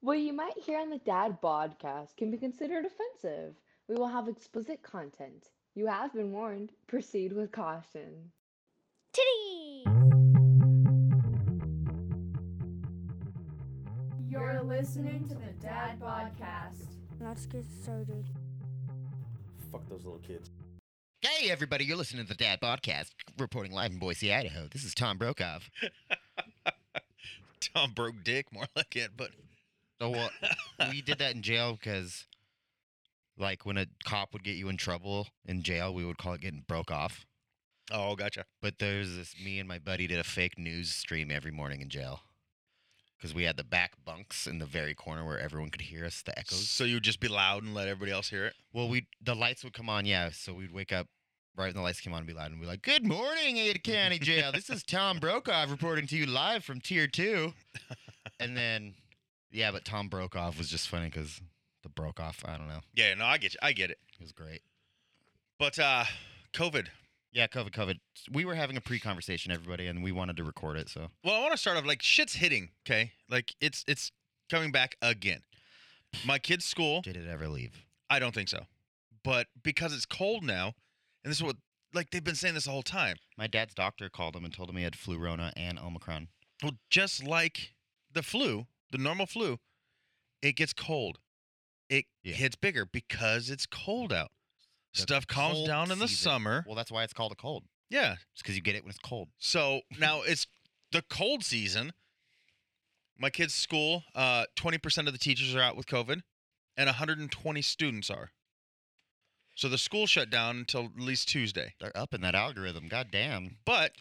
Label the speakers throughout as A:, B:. A: What you might hear on the Dad Podcast can be considered offensive. We will have explicit content. You have been warned. Proceed with caution.
B: Titties!
C: You're listening to the Dad Podcast.
B: Let's get started.
D: Fuck those little kids.
E: Hey, everybody, you're listening to the Dad Podcast, reporting live in Boise, Idaho. This is Tom Brokaw.
F: Tom broke dick, more like it. But
E: So, well, we did that in jail because, like, when a cop would get you in trouble in jail, we would call it getting broke off.
F: oh, gotcha.
E: But there's this, me and my buddy did a fake news stream every morning in jail because we had the back bunks in the very corner where everyone could hear us, the echoes.
F: So you would just be loud and let everybody else hear it.
E: Well, we the lights would come on, yeah. So we'd wake up right when the lights came on and be loud and be like, "Good morning, Ada County Jail. This is Tom Brokaw reporting to you live from Tier Two. And then, yeah, but Tom Brokaw was just funny because the Brokaw, I don't know,
F: Yeah, no, I get you. I get it.
E: it was great.
F: But uh COVID.
E: Yeah, COVID, COVID. We were having a pre-conversation, everybody, and we wanted to record it. So
F: Well, I want to start off like shit's hitting. Okay, like it's it's coming back again. My kid's school.
E: did it ever leave?
F: I don't think so. But because it's cold now, and this is what like they've been saying this the whole time.
E: My dad's doctor called him and told him he had flu, rona, and omicron.
F: Well, just like the flu, the normal flu, it gets cold. It
E: Yeah.
F: hits bigger because it's cold out.
E: The
F: Stuff calms
E: cold
F: down in the
E: season.
F: summer.
E: Well, that's why it's called a cold.
F: Yeah,
E: It's because you get it when it's cold.
F: So now it's the cold season. My kid's school, uh, 20% of the teachers are out with COVID, and 120 students are. So the school shut down until at least Tuesday.
E: They're up in that algorithm. God damn.
F: But,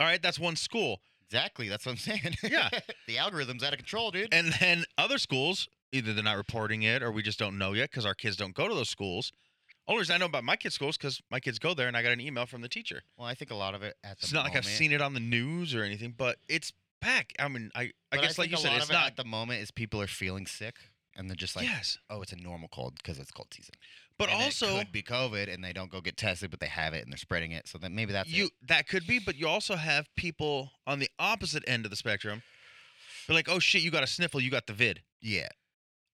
F: all right, that's one school.
E: Exactly. That's what I'm saying.
F: Yeah.
E: the algorithm's out of control, dude.
F: And then other schools, either they're not reporting it or we just don't know yet because our kids don't go to those schools. Only reason I know about my kids' schools because my kids go there and I got an email from the teacher.
E: well, I think a lot of it at the
F: It's not like I've
E: moment-
F: seen it on the news or anything, but it's back. I mean, I, I
E: but
F: guess, like
E: think
F: you
E: a
F: said,
E: lot
F: it's
E: of it
F: not.
E: at the moment is people are feeling sick and they're just like,
F: yes.
E: oh, it's a normal cold because it's cold season.
F: But
E: And it
F: also,
E: could be COVID and they don't go get tested, but they have it and they're spreading it. So then maybe that's
F: you
E: it.
F: that could be, but you also have people on the opposite end of the spectrum. They're like, "Oh shit, you got a sniffle, you got the vid."
E: Yeah.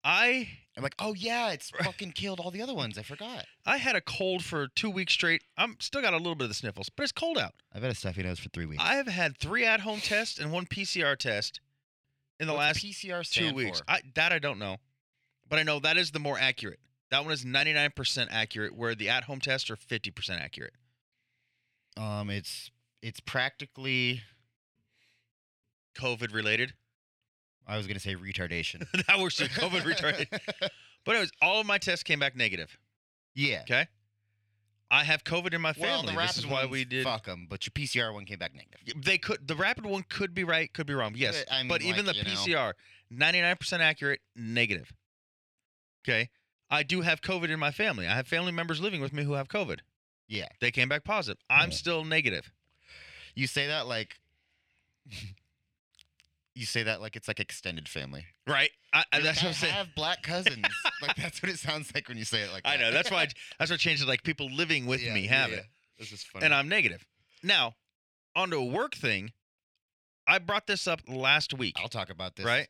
F: I
E: I'm like, oh yeah, it's fucking killed all the other ones. I forgot.
F: I had a cold for two weeks straight. I'm still got a little bit of the sniffles, but it's cold out.
E: I've had a stuffy nose for three weeks.
F: I have had three at-home tests and one PCR test in the
E: What's
F: last
E: PCR
F: two
E: stand
F: weeks.
E: for?
F: I, that I don't know, but I know that is the more accurate. That one is 99% accurate, where the at-home tests are 50% accurate.
E: um, it's it's practically.
F: COVID related.
E: I was gonna say retardation.
F: that was COVID retarded. But anyways, all of my tests came back negative.
E: yeah.
F: Okay. I have COVID in my
E: Well,
F: family.
E: the rapid
F: this is why
E: ones,
F: we did.
E: fuck them. But your PCR one came back negative.
F: They could. The rapid one could be right, could be wrong. Yes,
E: But, I mean,
F: but even the
E: like, you know.
F: PCR, ninety-nine percent accurate, negative. Okay. I do have COVID in my family. I have family members living with me who have COVID.
E: Yeah.
F: They came back positive. I'm
E: Yeah.
F: still negative.
E: You say that like you say that like it's like extended family.
F: Right. I, I,
E: You're
F: that's
E: like,
F: what I'm
E: "I
F: saying.
E: have black cousins. like that's what it sounds like when you say it like
F: I
E: that.
F: know. That's why. I, that's what changed. it, Like people living with
E: Yeah,
F: me have
E: yeah.
F: it.
E: This is funny.
F: and I'm negative. Now, onto a work thing. I brought this up last week,
E: I'll talk about this.
F: right?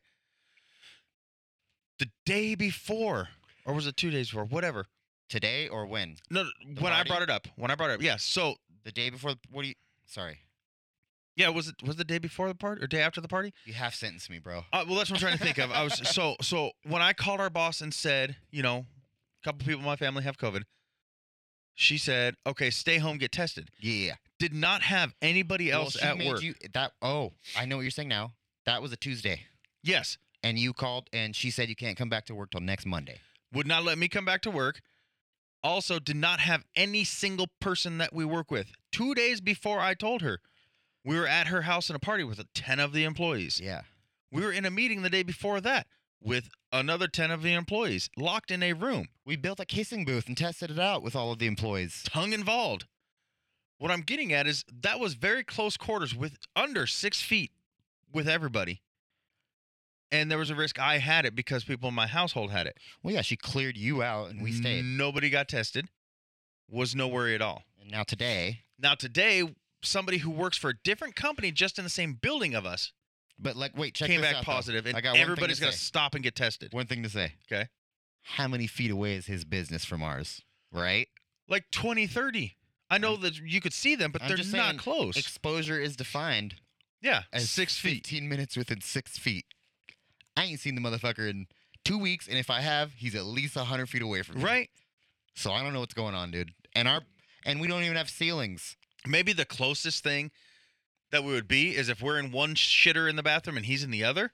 F: The day before, or was it two days before? Whatever.
E: Today or when?
F: No, no, when I
E: party?
F: brought it up. When I brought it up. Yeah. So
E: The day before what do you sorry.
F: yeah, was it was the day before the party or day after the party?
E: You half sentenced me, bro.
F: Uh, well, that's what I'm trying to think of. I was so so when I called our boss and said, you know, a couple people in my family have COVID. She said, "Okay, stay home, get tested."
E: Yeah.
F: Did not have anybody
E: Well,
F: else
E: she
F: at
E: made
F: work.
E: you- that oh, I know what you're saying now. That was a Tuesday.
F: yes,
E: And you called and she said you can't come back to work till next Monday.
F: would not let me come back to work. Also, did not have any single person that we work with. Two days before I told her, we were at her house in a party with 10 of the employees.
E: Yeah.
F: We were in a meeting the day before that with another 10 of the employees, locked in a room,
E: We built a kissing booth and tested it out with all of the employees.
F: tongue involved. What I'm getting at is that was very close quarters with under six feet with everybody. And there was a risk I had it because people in my household had it.
E: Well, yeah, she cleared you out and we stayed.
F: Nobody got tested, was no worry at all.
E: And now today,
F: Now, today, somebody who works for a different company just in the same building of us
E: But like, wait, check
F: Came
E: this
F: back
E: out, though.
F: positive, and
E: I got one thing to
F: everybody's gonna
E: say.
F: stop and get tested.
E: One thing to say.
F: Okay.
E: How many feet away is his business from ours? Right.
F: Like 20, 30. I know that you could see them, but
E: I'm
F: they're
E: just
F: not
E: saying,
F: close.
E: Exposure is defined
F: yeah,
E: as
F: six feet.
E: 15 minutes within six feet. I ain't seen the motherfucker in two weeks, and if I have, he's at least 100 feet away from me.
F: Right?
E: So I don't know what's going on, dude. And our and we don't even have ceilings.
F: Maybe the closest thing that we would be is if we're in one shitter in the bathroom and he's in the other.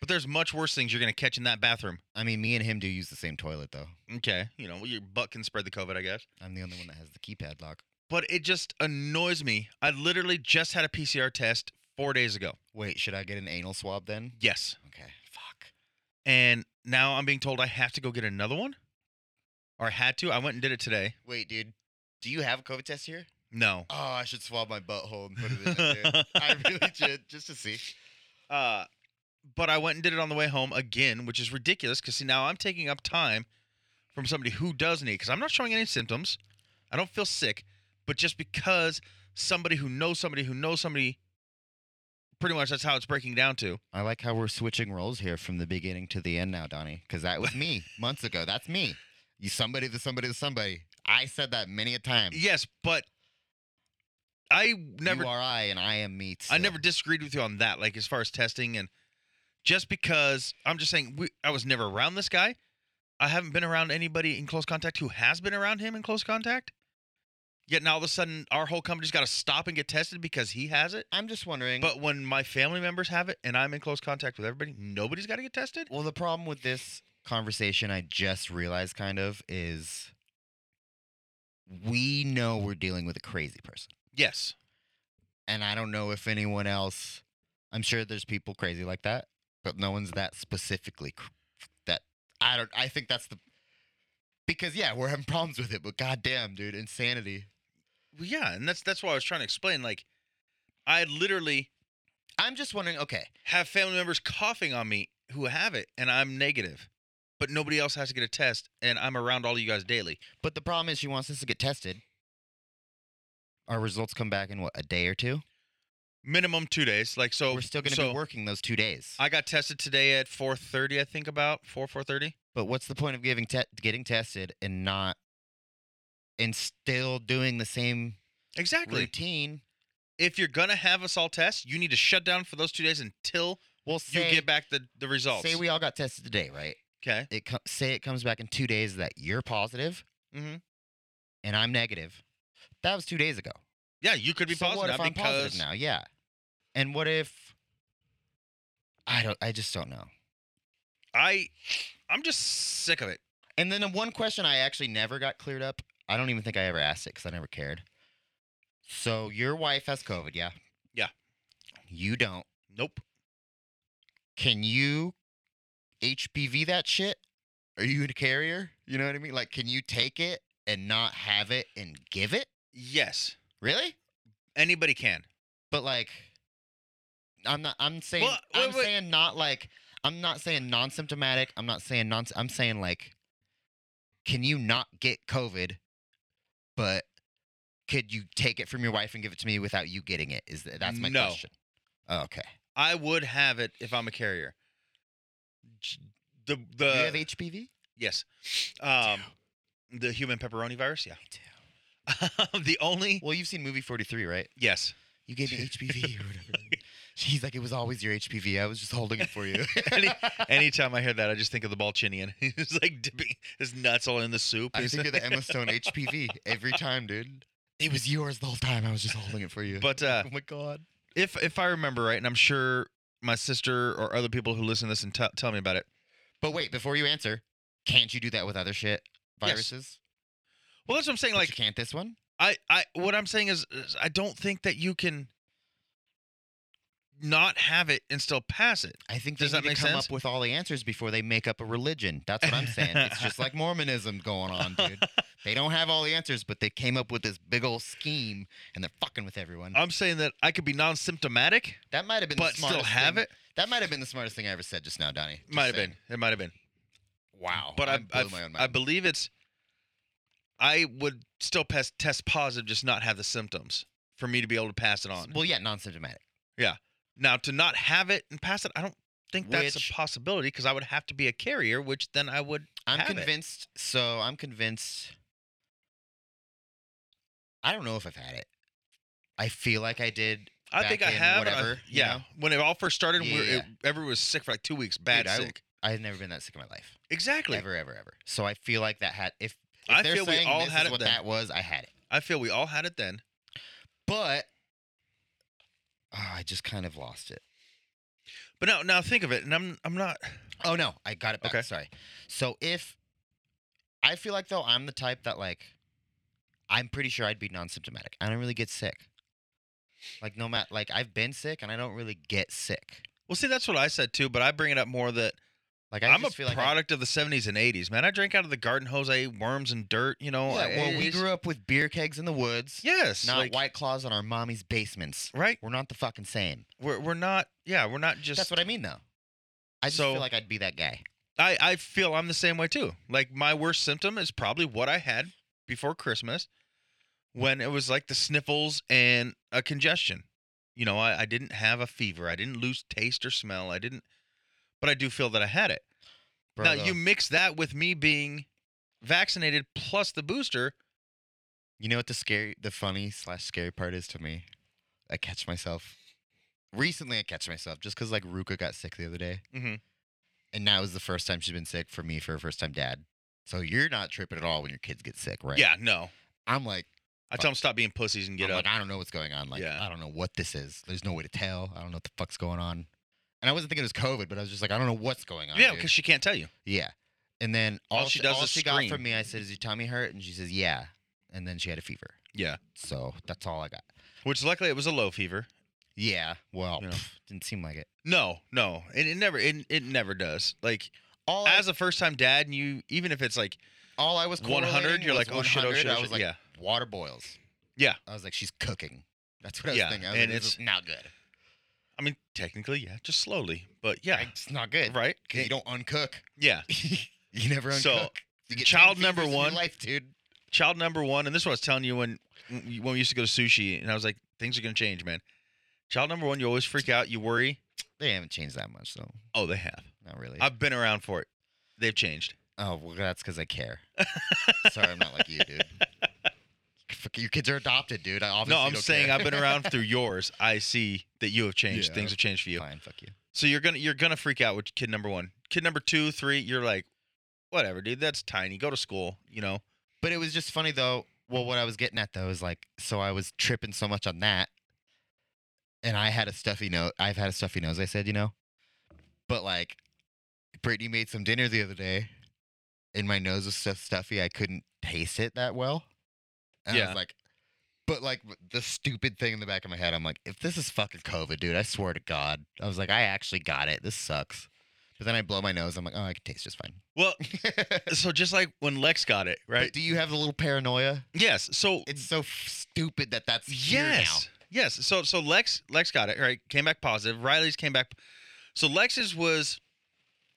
F: But there's much worse things you're gonna catch in that bathroom.
E: I mean, me and him do use the same toilet though.
F: Okay, you know your butt can spread the COVID, I guess.
E: I'm the only one that has the keypad lock.
F: But it just annoys me. I literally just had a PCR test four days ago.
E: Wait, should I get an anal swab then?
F: Yes,
E: Okay. Fuck.
F: and now I'm being told I have to go get another one, or I had to. I went and did it today.
E: Wait, dude. Do you have a COVID test here?
F: No.
E: Oh, I should swab my butthole and put it in there, dude. I really should, just to see.
F: Uh, but I went and did it on the way home again, which is ridiculous because see now I'm taking up time from somebody who does need because I'm not showing any symptoms. I don't feel sick, but just because somebody who knows somebody who knows somebody, pretty much that's how it's breaking down to.
E: I like how we're switching roles here from the beginning to the end now, Donnie, because that was me months ago. That's me. You somebody to somebody to somebody. I said that many a time.
F: Yes, but I never
E: You are I and I am me.
F: I
E: still.
F: never disagreed with you on that, like as far as testing and just because I'm just saying we, I was never around this guy. I haven't been around anybody in close contact who has been around him in close contact. Yet now all of a sudden our whole company's got to stop and get tested because he has it.
E: I'm just wondering.
F: But when my family members have it and I'm in close contact with everybody, nobody's got to get tested.
E: Well, the problem with this conversation, I just realized kind of, is we know we're dealing with a crazy person.
F: Yes.
E: And I don't know if anyone else, I'm sure there's people crazy like that, but no one's that specifically cr- that. I don't, I think that's the, because yeah, we're having problems with it, but goddamn, dude, insanity.
F: Well, yeah, and that's that's why I was trying to explain. Like, I literally
E: I'm just wondering, okay,
F: have family members coughing on me who have it and I'm negative, but nobody else has to get a test and I'm around all you guys daily.
E: but the problem is she wants us to get tested. Our results come back in what, a day or two?
F: Minimum two days. Like so
E: We're still going to
F: so
E: be working those two days.
F: I got tested today at four thirty, I think about four four thirty.
E: But what's the point of giving te- getting tested and not and still doing the same
F: Exactly.
E: routine?
F: If you're gonna have us all test, you need to shut down for those two days until
E: Well, say,
F: you get back the, the results.
E: Say we all got tested today, right?
F: okay.
E: It co- say it comes back in two days that you're positive
F: Mm-hmm.
E: and I'm negative. That was two days ago.
F: Yeah, you could be
E: so
F: positive
E: what if
F: now
E: I'm
F: because
E: positive now? Yeah. And what if I don't? I just don't know.
F: I I'm just sick of it.
E: And then the one question I actually never got cleared up. I don't even think I ever asked it because I never cared. So your wife has COVID, yeah?
F: Yeah.
E: You don't.
F: Nope.
E: can you HPV that shit? Are you a carrier? You know what I mean? Like, can you take it and not have it and give it?
F: Yes.
E: Really?
F: Anybody can.
E: But like, I'm not. I'm saying.
F: Well, wait,
E: I'm
F: wait.
E: saying not like. I'm not saying non-symptomatic. I'm not saying non. I'm saying like, can you not get COVID? But could you take it from your wife and give it to me without you getting it? Is that, that's my
F: No.
E: question? Oh, okay.
F: I would have it if I'm a carrier. J- The the
E: you have HPV?
F: yes, um, the human pepperoni virus. Yeah,
E: too.
F: the only
E: Well, you've seen movie 43, right?
F: yes.
E: You gave me HPV or whatever. She's like, it was always your HPV. I was just holding it for you.
F: Any- Anytime I hear that, I just think of the Balchinian. He's like dipping his nuts all in the soup.
E: I
F: He's-
E: think you're the Emma Stone HPV every time, dude. It was yours the whole time. I was just holding it for you.
F: But, uh,
E: oh my god.
F: if if I remember right, and I'm sure my sister or other people who listen to this and t- tell me about it.
E: But wait, before you answer, can't you do that with other shit
F: Yes.
E: viruses?
F: Well, that's what I'm saying.
E: But
F: Like
E: you can't this one.
F: I, I what I'm saying is, is I don't think that you can not have it and still pass it.
E: I think they
F: Does that
E: need
F: make
E: to come
F: sense?
E: up with all the answers before they make up a religion. That's what I'm saying. it's just like Mormonism going on, dude. They don't have all the answers, but they came up with this big old scheme, and they're fucking with everyone.
F: I'm saying that I could be non-symptomatic,
E: that might have been
F: but
E: the
F: still
E: smartest
F: have
E: thing-
F: it.
E: That might have been the smartest thing I ever said just now, Donnie. Just
F: Might have
E: saying.
F: been. It might have been.
E: Wow.
F: But I,
E: Oh, blew
F: I,
E: my own
F: I
E: mind.
F: believe it's. I would still pass, test positive, just not have the symptoms for me to be able to pass it on.
E: Well, yeah, non symptomatic.
F: Yeah. Now to not have it and pass it, I don't think that's
E: Which-
F: a possibility because I would have to be a carrier, which then I would.
E: I'm
F: have it.
E: convinced. So I'm convinced. I don't know if I've had it. I feel like I did.
F: I
E: Back
F: think I
E: in
F: have. and I-
E: whatever, you
F: yeah.
E: know?
F: When it all first started, we were,
E: Yeah.
F: it, everyone was sick for like two weeks, bad
E: Dude, I-
F: sick.
E: I had never been that sick in my life.
F: exactly.
E: Ever, ever, ever. So I feel like that had. If, if
F: I
E: they're
F: feel we
E: saying
F: all
E: this
F: had
E: is
F: it
E: what
F: then.
E: that was, I had it.
F: I feel we all had it then.
E: But ah, I just kind of lost it.
F: But now, now think of it, and I'm I'm not.
E: Oh no, I got it back.
F: Okay.
E: Sorry. So if I feel like though I'm the type that like I'm pretty sure I'd be non-symptomatic. I don't really get sick. Like no matter like I've been sick and I don't really get sick.
F: Well, see, that's what I said too. But I bring it up more that
E: Like I
F: I am a
E: just feel like I-
F: product of the '70s and '80s, man. I drank out of the garden hose. I ate worms and dirt. You know.
E: Yeah,
F: at
E: well, we
F: Woolies.
E: grew up with beer kegs in the woods,
F: Yes.
E: not
F: like-
E: white claws on our mommy's basements.
F: Right.
E: We're not the fucking same.
F: We're we're not. Yeah, we're not just.
E: That's what I mean though. I just
F: So-
E: feel like I'd be that guy.
F: I, I feel I'm the same way too. Like my worst symptom is probably what I had before Christmas when it was like the sniffles and a congestion. You know, I, I didn't have a fever. I didn't lose taste or smell. I didn't, but I do feel that I had it.
E: Bro,
F: now
E: though,
F: you mix that with me being vaccinated plus the booster.
E: You know what the scary, the funny slash scary part is to me? I catch myself. Recently, I catch myself just because like Ruka got sick the other day,
F: Mhm.
E: and that was the first time she's been sick for me for her first time dad. So you're not tripping at all when your kids get sick, right?
F: Yeah, no.
E: I'm like,
F: I tell them stop being pussies and get
E: I'm
F: up.
E: like, I don't know what's going on. Like,
F: Yeah.
E: I don't know what this is. There's no way to tell. I don't know what the fuck's going on. And I wasn't thinking it was COVID, but I was just like, I don't know what's going on.
F: yeah,
E: dude.
F: because she can't tell you.
E: Yeah. And then all,
F: All
E: she,
F: she does
E: all
F: is
E: she got
F: scream.
E: from me, I said, "Is your tummy hurt?" And she says, "Yeah." And then she had a fever.
F: Yeah.
E: So that's all I got.
F: Which luckily it was a low fever.
E: Yeah. Well,
F: You know.
E: pff, didn't seem like it.
F: No, no. It, it never it, it never does. Like
E: All
F: as a first time dad and you even if it's like
E: I, all I was
F: 100
E: correlating
F: you're
E: was
F: like oh shit oh
E: 100.
F: shit,
E: I
F: oh
E: was
F: shit.
E: like
F: yeah
E: water boils.
F: Yeah.
E: I was like she's cooking. That's what I was
F: Yeah,
E: thinking. I was
F: and
E: like, this
F: it's-
E: is not good.
F: i mean technically yeah just slowly but yeah
E: Right? It's not good.
F: right
E: Cuz you don't uncook.
F: yeah
E: you never uncook.
F: So,
E: you get
F: child
E: 10
F: number
E: fevers in your
F: one-
E: life, dude.
F: child number one and this is what i was telling you when when we used to go to sushi and i was like things are gonna change man child number one you always freak out you worry
E: They haven't changed that much though.
F: oh they have
E: Not really.
F: i've been around for it they've changed
E: Oh, well, that's because I care. Sorry, I'm not like you, dude. Fuck, Your kids are adopted, dude. I obviously
F: no i'm
E: don't
F: saying
E: care.
F: i've been around through yours i see that you have changed
E: Yeah.
F: things have changed for you
E: Fine, fuck you.
F: so you're gonna you're gonna freak out with kid number one kid number two three you're like whatever dude that's tiny go to school you know
E: But it was just funny though. Well, what I was getting at though is like, so I was tripping so much on that, and I had a stuffy nose. I've had a stuffy nose. I said, you know, but like, Brittany made some dinner the other day, and my nose was so stuffy I couldn't taste it that well. And I
F: Yeah.
E: was like, but like the stupid thing in the back of my head, I'm like, if this is fucking COVID, dude, I swear to God, I was like, I actually got it. This sucks. But then I blow my nose. I'm like, oh, I can taste just fine.
F: well so just like when Lex got it,
E: But
F: right?
E: do you have the little paranoia?
F: yes. So
E: it's so f- stupid that that's here
F: yes, yes. So so Lex Lex got it right. Came back positive. Riley's came back. So Lex's was,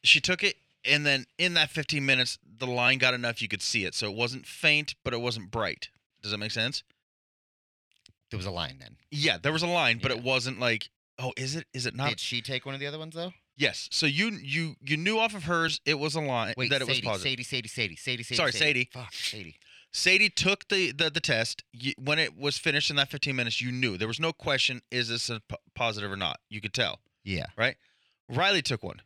F: she took it, and then in that 15 minutes, the line got enough you could see it. So it wasn't faint, but it wasn't bright. Does that make sense?
E: now. There was a line then.
F: Yeah, there was a line, but
E: Yeah.
F: it wasn't like, oh, is it? Is it not?
E: Did she take one of the other ones though?
F: yes. So you you you knew off of hers it was a line
E: Wait,
F: that it
E: Sadie,
F: was positive.
E: Sadie, Sadie, Sadie, Sadie, Sadie.
F: Sorry, Sadie.
E: Fuck, Sadie.
F: Sadie took the the, the test you, when it was finished in that 15 minutes. You knew there was no question: is this a p- positive or not? You could tell.
E: Yeah.
F: Riley took one.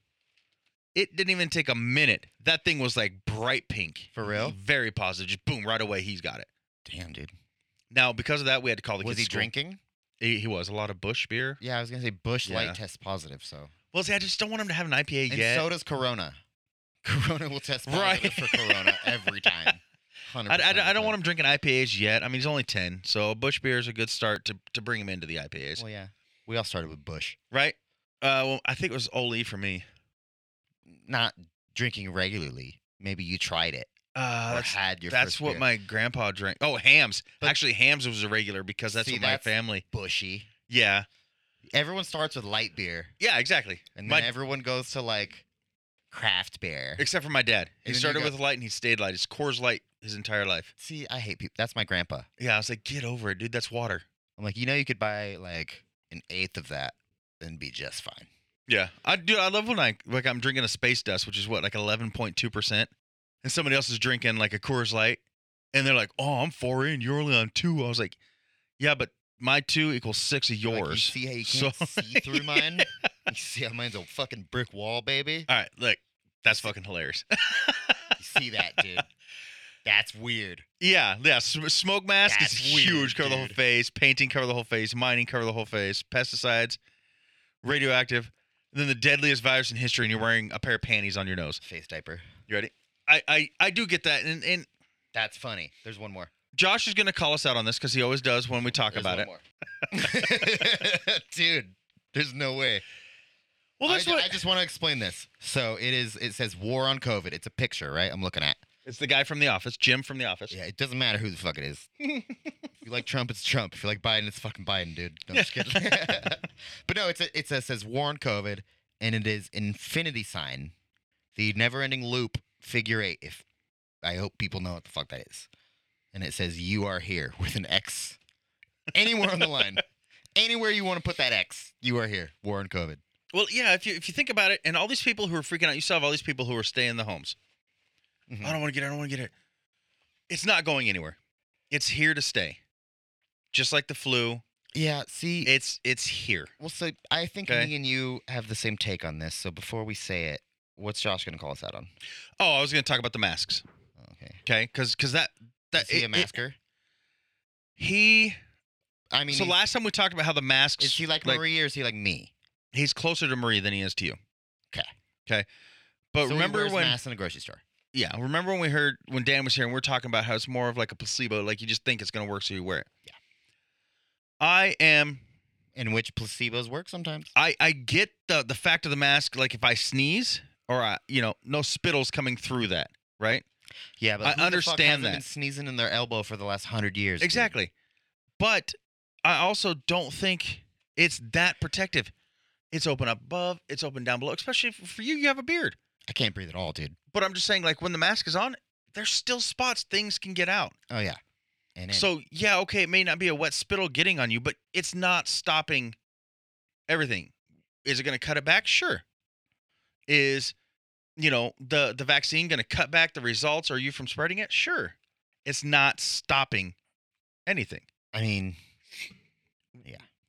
F: It didn't even take a minute. That thing was like bright pink.
E: For real?
F: Very positive. Just boom, right away, he's got it.
E: Damn, dude.
F: Now, because of that, we had to call the
E: was
F: kids
E: he
F: to school.
E: drinking?
F: He, he was a lot of Bush beer.
E: Yeah, I was gonna say Bush Light
F: Yeah.
E: test positive. So.
F: Well, see, I just don't want him to have an IPA
E: And
F: yet.
E: so does Corona. Corona will test
F: Right.
E: positive for Corona every time. 100%
F: I, I, I
E: of the
F: don't want
E: time.
F: him drinking IPAs yet. I mean, he's only ten, so Bush beer is a good start to to bring him into the IPAs,
E: Well, yeah. We all started with Bush.
F: right? Uh, well, I think it was Oli for me.
E: Not drinking regularly. Maybe you tried it
F: Uh,
E: or
F: that's
E: had your.
F: that's
E: first
F: what
E: beer.
F: my grandpa drank. Oh, hams.
E: But-
F: Actually, hams was a regular because that's
E: See,
F: what my
E: that's-
F: family.
E: bushy.
F: Yeah,
E: Everyone starts with light beer.
F: yeah, exactly.
E: And
F: My-
E: then everyone goes to like craft beer.
F: Except for my dad. He
E: And then you
F: started
E: got-
F: with light and he stayed light. It's Coors Light his entire life.
E: See, I hate people. That's my grandpa.
F: Yeah, I was like, get over it, dude. That's water.
E: I'm like, you know, you could buy like an eighth of that and be just fine.
F: Yeah, I do. I love when I like I'm drinking a space dust, which is what like 11.2 percent, and somebody else is drinking like a Coors Light, and they're like, "Oh, I'm four in. You're only on two. I was like, "Yeah, but my two equals six of
E: Like,
F: yours."
E: you see how you
F: So-
E: can't see through mine? You see how mine's a fucking brick wall, baby?
F: All right, look, that's fucking hilarious.
E: You see that, dude? That's weird.
F: yeah, yeah. sm- Smoke mask
E: That's
F: is
E: weird,
F: huge. cover the whole
E: dude.
F: face. Painting cover the whole face. Mining cover the whole face. Pesticides, radioactive, and then the deadliest virus in history, and you're wearing a pair of panties on your nose.
E: Face diaper.
F: You ready? I I I do get that, and and
E: That's funny. There's one more.
F: Josh is going to call us out on this because he always does when we talk
E: There's
F: about
E: one
F: it.
E: more. dude, there's no way.
F: Well,
E: I
F: that's
E: ju-
F: what
E: I just want to explain this. So it is. It says war on COVID. It's a picture, right? I'm looking at.
F: it's the guy from the office, Jim from the office.
E: Yeah, it doesn't matter who the fuck it is. if you like Trump, it's Trump. If you like Biden, it's fucking Biden, dude. No, I'm just kidding. but no, it's a, it's a, says war on COVID, and it is infinity sign, the never-ending loop figure eight. If I hope people know what the fuck that is, and it says you are here with an X, anywhere on the line, anywhere you want to put that X, you are here. War on COVID.
F: Well, yeah, if you if you think about it, and all these people who are freaking out, you still have all these people who are staying in the homes.
E: Mhm.
F: I don't want to get it. I don't want to get it. It's not going anywhere. It's here to stay. Just like the flu,
E: Yeah. See,
F: it's it's here.
E: Well, so I think
F: Okay.
E: me and you have the same take on this. So before we say it, what's Josh going to call us out on?
F: Oh, I was going to talk about the masks,
E: Okay.
F: okay? Because because that that
E: Is he
F: it-
E: a
F: it-
E: masker?
F: he
E: I mean,
F: so
E: he's-
F: last time we talked about how the masks
E: is he like, Marie or is he like me?
F: He's closer to Marie than he is to you.
E: 'Kay.
F: Okay. But
E: So he
F: remember
E: wears
F: when
E: masks in a grocery store?
F: Yeah, remember when we heard when Dan was here and we are talking about how it's more of like a placebo, like you just think it's gonna work, so you wear it.
E: Yeah.
F: I am.
E: In which placebos work sometimes.
F: I I get the the fact of the mask. Like if I sneeze or I, you know, no spittles coming through that, right?
E: Yeah, but
F: I
E: who the fuck
F: understand
E: hasn't
F: that.
E: Been sneezing in their elbow for the last hundred years. dude?
F: Exactly. But I also don't think it's that protective. It's open up above. It's open down below. Especially if, for you, you have a beard.
E: I can't breathe at all, dude.
F: But I'm just saying, like when the mask is on, there's still spots things can get out.
E: Oh yeah. And in.
F: So yeah, okay, it may not be a wet spittle getting on you, but it's not stopping everything. Is it going to cut it back? Sure. Is you know the the vaccine going to cut back the results? Are you from spreading it? Sure. It's not stopping anything.
E: I mean,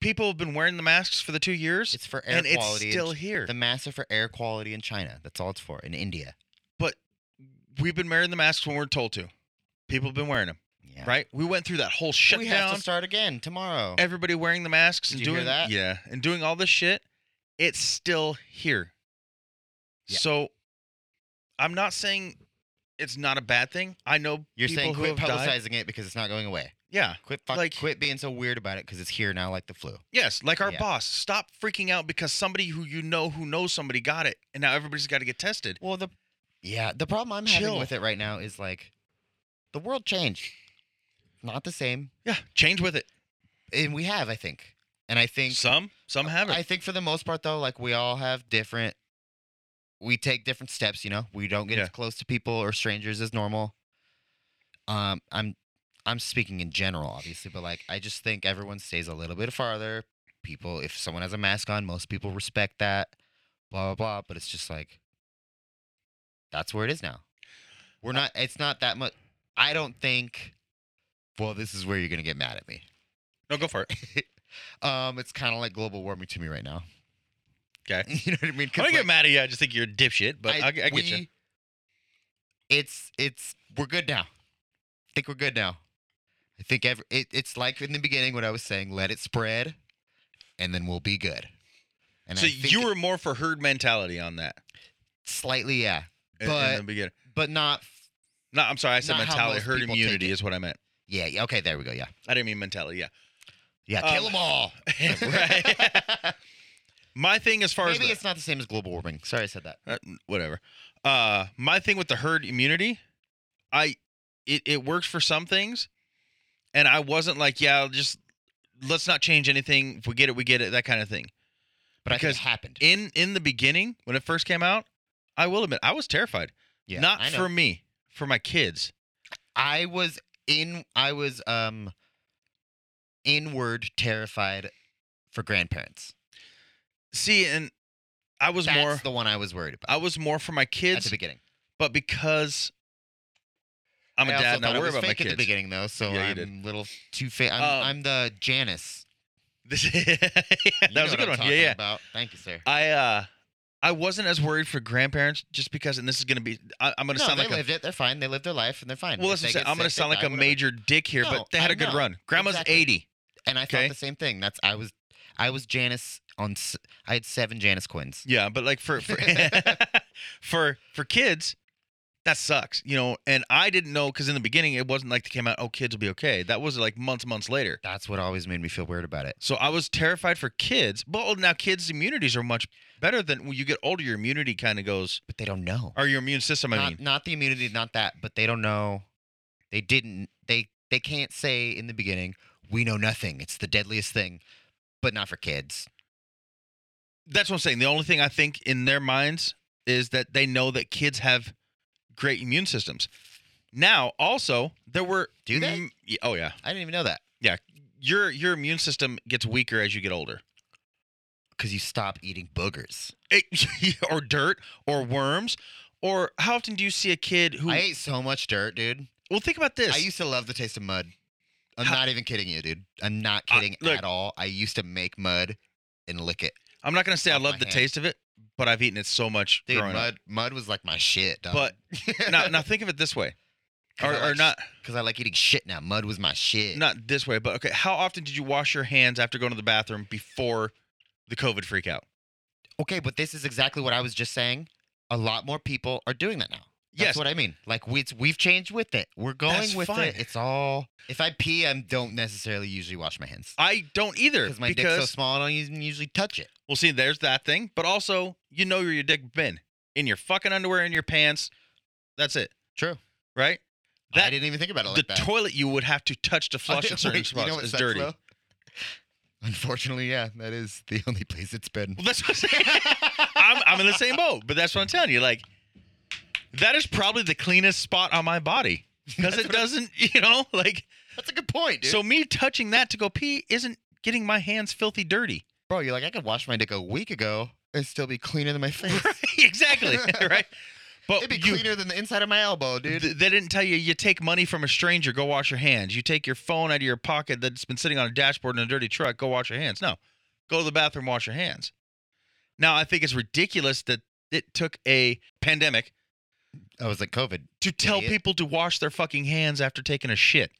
F: People have been wearing the masks for the two years,
E: it's for air
F: and it's
E: quality. in
F: still
E: Ch-
F: here.
E: the masks are for air quality in China. That's all it's for. In India.
F: We've been wearing the masks when we're told to. People have been wearing them,
E: Yeah.
F: right? We went through that whole shutdown.
E: we have to start again tomorrow.
F: everybody wearing the masks
E: Did
F: and
E: you hear
F: doing
E: that?
F: Yeah, and doing all this shit, it's still here.
E: Yeah.
F: So I'm not saying it's not a bad thing. I know
E: You're
F: people
E: saying
F: who
E: quit
F: have died-
E: publicizing it because it's not going away.
F: Yeah.
E: Quit fuck,
F: Like-
E: quit being so weird about it because it's here now, like the flu.
F: Yes, like our
E: Yeah.
F: boss. Stop freaking out because somebody who you know who knows somebody got it and now everybody's got to get tested.
E: Well, the yeah, the problem I'm
F: Chill.
E: having with it right now is like the world changed, not the same,
F: Yeah, change with it.
E: and we have, I think, and I think
F: Some, some haven't.
E: Oh, I think for the most part though, like we all have different, we take different steps. You know, we don't get
F: Yeah.
E: as close to people or strangers as normal. Um, I'm I'm speaking in general, obviously, but like I just think everyone stays a little bit farther. People, if someone has a mask on, most people respect that. Blah blah blah. But it's just like that's where it is now. We're not. It's not that much. I don't think. Well, this is where you're gonna get mad at me.
F: no, go for it.
E: Um, it's kind of like global warming to me right now.
F: Okay.
E: you know what I mean? 'Cause,
F: I don't
E: like,
F: get mad at you. I just think you're a dipshit, but I, I, get you.
E: we- It's it's we're good now. I think we're good now. I think every, it, it's like in the beginning what I was saying. Let it spread, and then we'll be good. And
F: So
E: I think
F: you
E: it-
F: were more for herd mentality on that
E: slightly yeah,
F: in- in
E: But-
F: the beginning.
E: but not
F: No, I'm sorry. I said
E: Not how
F: mentality.
E: most
F: Herd
E: people take
F: immunity
E: it.
F: is what I meant.
E: yeah. yeah, Okay, there we go. Yeah,
F: I didn't mean mentality. Yeah.
E: yeah. kill
F: Um,
E: them all.
F: right. My thing as far
E: Maybe
F: as
E: it's not the same as global warming. Sorry, I said that.
F: the, uh, whatever. Uh, my thing with the herd immunity, I it it works for some things, and I wasn't like yeah just let's not change anything. If we get it, we get it. That kind of thing.
E: But I
F: Because
E: think it happened.
F: In in the beginning when it first came out, I will admit I was terrified.
E: yeah,
F: not
E: I know.
F: for me, for my kids.
E: I was in I was um inward terrified for grandparents.
F: See, and I was
E: That's
F: more
E: the one I was worried about
F: I was more for my
E: at the
F: kids,
E: beginning.
F: but because I'm a
E: I also
F: dad and
E: thought
F: I
E: it
F: worry
E: was
F: about my
E: fake
F: kids.
E: at the beginning though, so
F: Yeah, you
E: I'm
F: did.
E: a little too fake. I'm,
F: Um,
E: I'm the Janice.
F: This- that
E: You know
F: was a
E: what I'm
F: good one. Yeah,
E: talking
F: yeah.
E: About. Thank you, sir.
F: I uh, I wasn't as worried for grandparents just because, and this is gonna be I, I'm gonna
E: no,
F: sound
E: they
F: like a
E: lived it. They're fine. They lived their life and they're fine.
F: well,
E: If
F: that's what
E: they
F: I'm saying.
E: get
F: I'm gonna
E: sick, they
F: sound like
E: die,
F: a
E: whatever.
F: major dick here,
E: No,
F: but they had
E: I
F: a good
E: know.
F: run. Grandma's
E: Exactly.
F: 80.
E: And I
F: Okay.
E: thought the same thing. That's I was I was Janice on. s- I had seven Janice Quins.
F: Yeah, but like for for for, for kids, that sucks, you know. And I didn't know because in the beginning it wasn't like they came out, oh, kids will be okay. That was like months, months later.
E: That's what always made me feel weird about it.
F: So I was terrified for kids. But well, now kids' immunities are much better than when you get older. Your immunity kind of goes,
E: But they don't know.
F: or your immune system. I
E: not,
F: mean,
E: not the immunity, not that, but they don't know. They didn't. They they can't say in the beginning. We know nothing. It's the deadliest thing, but not for kids.
F: that's what I'm saying. The only thing I think in their minds is that they know that kids have great immune systems. Now, also, there were
E: Do they?
F: Mm, y- oh yeah,
E: I didn't even know that
F: your your immune system gets weaker as you get older,
E: because you stop eating boogers.
F: It- or dirt, or worms, or how often do you see a kid who?
E: I ate so much dirt, dude.
F: well, think about this.
E: I used to love the taste of mud. I'm
F: How-
E: not even kidding you, dude. I'm not
F: Uh,
E: kidding
F: look.
E: at all. I used to make mud and lick it.
F: I'm not gonna say I
E: Off my
F: love the
E: hand.
F: taste of it, but I've eaten it so much
E: Dude,
F: growing
E: mud mud was like my shit. Dog.
F: But- up. now, now think of it this way, or, or not
E: because I like eating shit now. Mud was my shit.
F: not this way, but okay. How often did you wash your hands after going to the bathroom before the COVID freak out?
E: Okay, but this is exactly what I was just saying. A lot more people are doing that now. That's
F: Yes.
E: what I mean. Like we, it's, we've changed with it. We're going
F: That's
E: with
F: fine.
E: it. It's all. If I pee, I don't necessarily usually wash my hands
F: I don't either
E: because my
F: because
E: dick's so small. I don't even usually touch it.
F: well, see, there's that thing, but also you know where your dick been in your fucking underwear in your pants. That's it,
E: True.
F: right?
E: I
F: That
E: didn't even think about it like
F: the
E: that.
F: toilet you would have to touch to flush in certain
E: Wait, you know
F: spots
E: what
F: is
E: sucks,
F: dirty.
E: though? Unfortunately, yeah, that is the only place it's been.
F: Well, that's what I'm saying. I'm, I'm in the same boat, but that's what I'm telling you. Like, that is probably the cleanest spot on my body because it doesn't, you know, like.
E: That's a good point, dude.
F: So me touching that to go pee isn't getting my hands filthy dirty.
E: bro, you're like, I could wash my dick a week ago and still be cleaner than my face.
F: exactly. Right. But
E: It'd be
F: you,
E: cleaner than the inside of my elbow, dude.
F: th- they didn't tell you you take money from a stranger, go wash your hands. You take your phone out of your pocket that's been sitting on a dashboard in a dirty truck, go wash your hands. No. Go to the bathroom, wash your hands. Now I think it's ridiculous that it took a pandemic
E: I was like, COVID.
F: to tell
E: Idiot.
F: people to wash their fucking hands after taking a shit.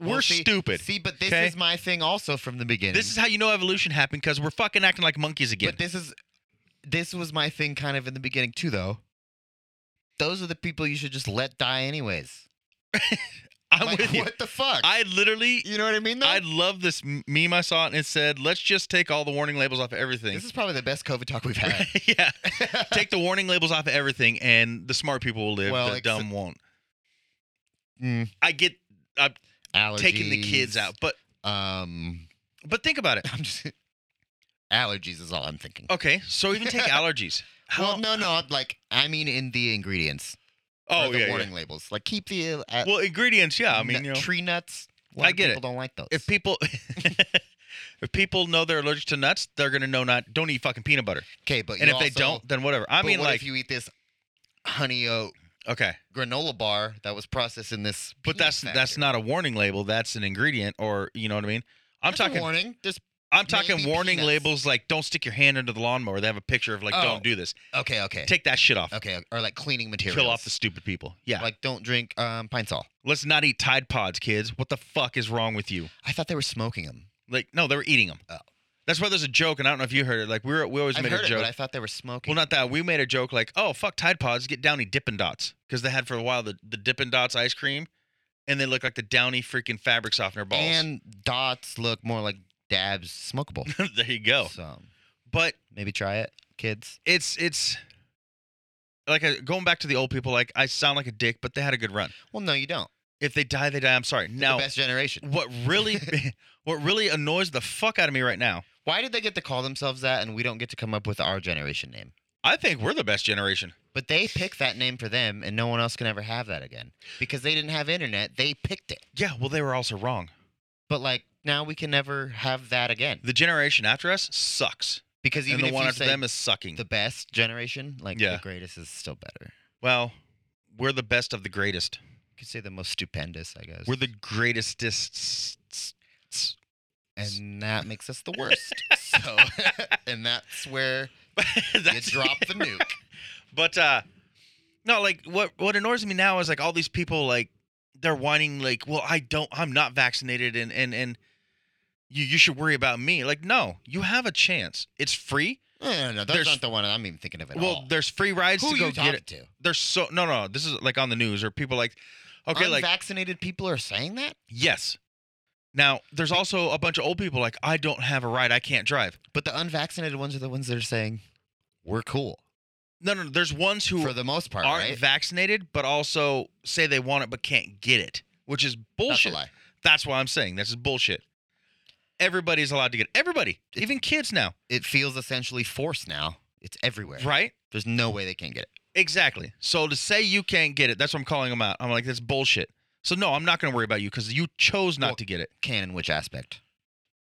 F: We're
E: Well, see-
F: stupid.
E: See, but this
F: okay?
E: is my thing also from the beginning.
F: this is how you know evolution happened because we're fucking acting like monkeys again.
E: But this is this was my thing kind of in the beginning too though. Those are the people you should just let die anyways.
F: I'm
E: Like,
F: with you.
E: What the fuck?
F: I literally,
E: you know what I mean though?
F: I love this m- meme I saw, and it said, "Let's just take all the warning labels off of everything."
E: this is probably the best COVID talk we've had.
F: yeah, take the warning labels off of everything, and the smart people will live,
E: Well,
F: the
E: except-
F: dumb won't.
E: Mm,
F: I get
E: allergies.
F: taking the kids out, but
E: Um
F: but think about it.
E: I'm just allergies is all I'm thinking.
F: Okay, so even take allergies. How?
E: Well, no, no, like I mean in the ingredients. or
F: oh
E: the
F: yeah, yeah.
E: warning labels. Like keep the uh,
F: Well, ingredients. Yeah, I mean,
E: nut-
F: you know,
E: tree nuts. A lot
F: I
E: of
F: get it.
E: people don't like those.
F: if people if people know they're allergic to nuts, they're gonna know not don't eat fucking peanut butter.
E: okay, but
F: and
E: you
F: if they
E: also-
F: don't, then whatever. I
E: but
F: mean,
E: what
F: like,
E: if you eat this honey oat
F: okay,
E: granola bar that was processed in this. peanut
F: but that's that's
E: factory.
F: not a warning label. That's an ingredient, or you know what I mean. I'm
E: That's a
F: talking
E: warning. There's
F: I'm talking
E: Maybe
F: warning
E: peanuts.
F: labels like don't stick your hand under the lawnmower. They have a picture of like
E: Oh. eh,
F: don't do this.
E: okay, okay,
F: Take that shit off.
E: okay, or like cleaning materials.
F: Kill off the stupid people. Yeah.
E: Like don't drink um, pine Sol.
F: Let's not eat Tide Pods, kids. What the fuck is wrong with you?
E: I thought they were smoking them.
F: Like no, they were eating them.
E: Oh.
F: That's why there's a joke, and I don't know if you heard it. Like we were, we always
E: I've
F: made
E: heard
F: a
E: it,
F: joke.
E: but I thought they were smoking.
F: well, not that. We made a joke like, oh fuck Tide Pods, get Downy Dippin' Dots because they had for a while the the Dippin' Dots ice cream, and they look like the Downy freaking fabric softener balls.
E: and dots look more like dabs smokable.
F: there you go.
E: So
F: But
E: maybe try it, kids.
F: it's it's like a, going back to the old people. Like I sound like a dick, but they had a good run.
E: Well, no, you don't.
F: If they die, they die. I'm sorry.
E: They're
F: Now,
E: the best generation.
F: what really, what really annoys the fuck out of me right now,
E: Why did they get to call themselves that, and we don't get to come up with our generation name?
F: I think we're the best generation.
E: But they picked that name for them, and no one else can ever have that again because they didn't have internet. They picked it.
F: Yeah, well, they were also wrong.
E: But like, now we can never have that again
F: The generation after us sucks,
E: because even
F: and the
E: if
F: one
E: you
F: after
E: say
F: them is sucking.
E: the best generation, like
F: Yeah.
E: the greatest is still better.
F: well, we're the best of the greatest.
E: You could say the most stupendous, I guess.
F: We're the greatestest.
E: and that makes us the worst. so, and that's where you drop the nuke.
F: But uh no, like what what annoys me now is like all these people like they're whining like, well, I don't, I'm not vaccinated, and and and you you should worry about me. Like, no, you have a chance. It's free.
E: No, no, no, that's
F: There's-
E: not the one I'm even thinking of at
F: well,
E: all.
F: there's free rides
E: Who
F: to
E: are
F: go
E: you
F: get
E: talking
F: it.
E: to?
F: There's so no no. This is like on the news or people like, okay, like
E: Unvaccinated people are saying that,
F: yes. Now there's also a bunch of old people like I don't have a ride, I can't drive.
E: but the unvaccinated ones are the ones that are saying we're cool
F: No no, there's ones who
E: for the most part,
F: aren't
E: right?
F: vaccinated but also say they want it but can't get it, which is
E: That's a
F: bullshit.
E: lie.
F: That's why I'm saying this is bullshit. Everybody's allowed to get everybody, even kids now,
E: It feels essentially forced now. It's everywhere.
F: right?
E: There's no way they can get it.
F: Exactly. So to say you can't get it, that's what I'm calling them out. I'm like, that's bullshit. So no, I'm not going to worry about you because you chose not
E: Well-
F: to get it.
E: Can in which aspect?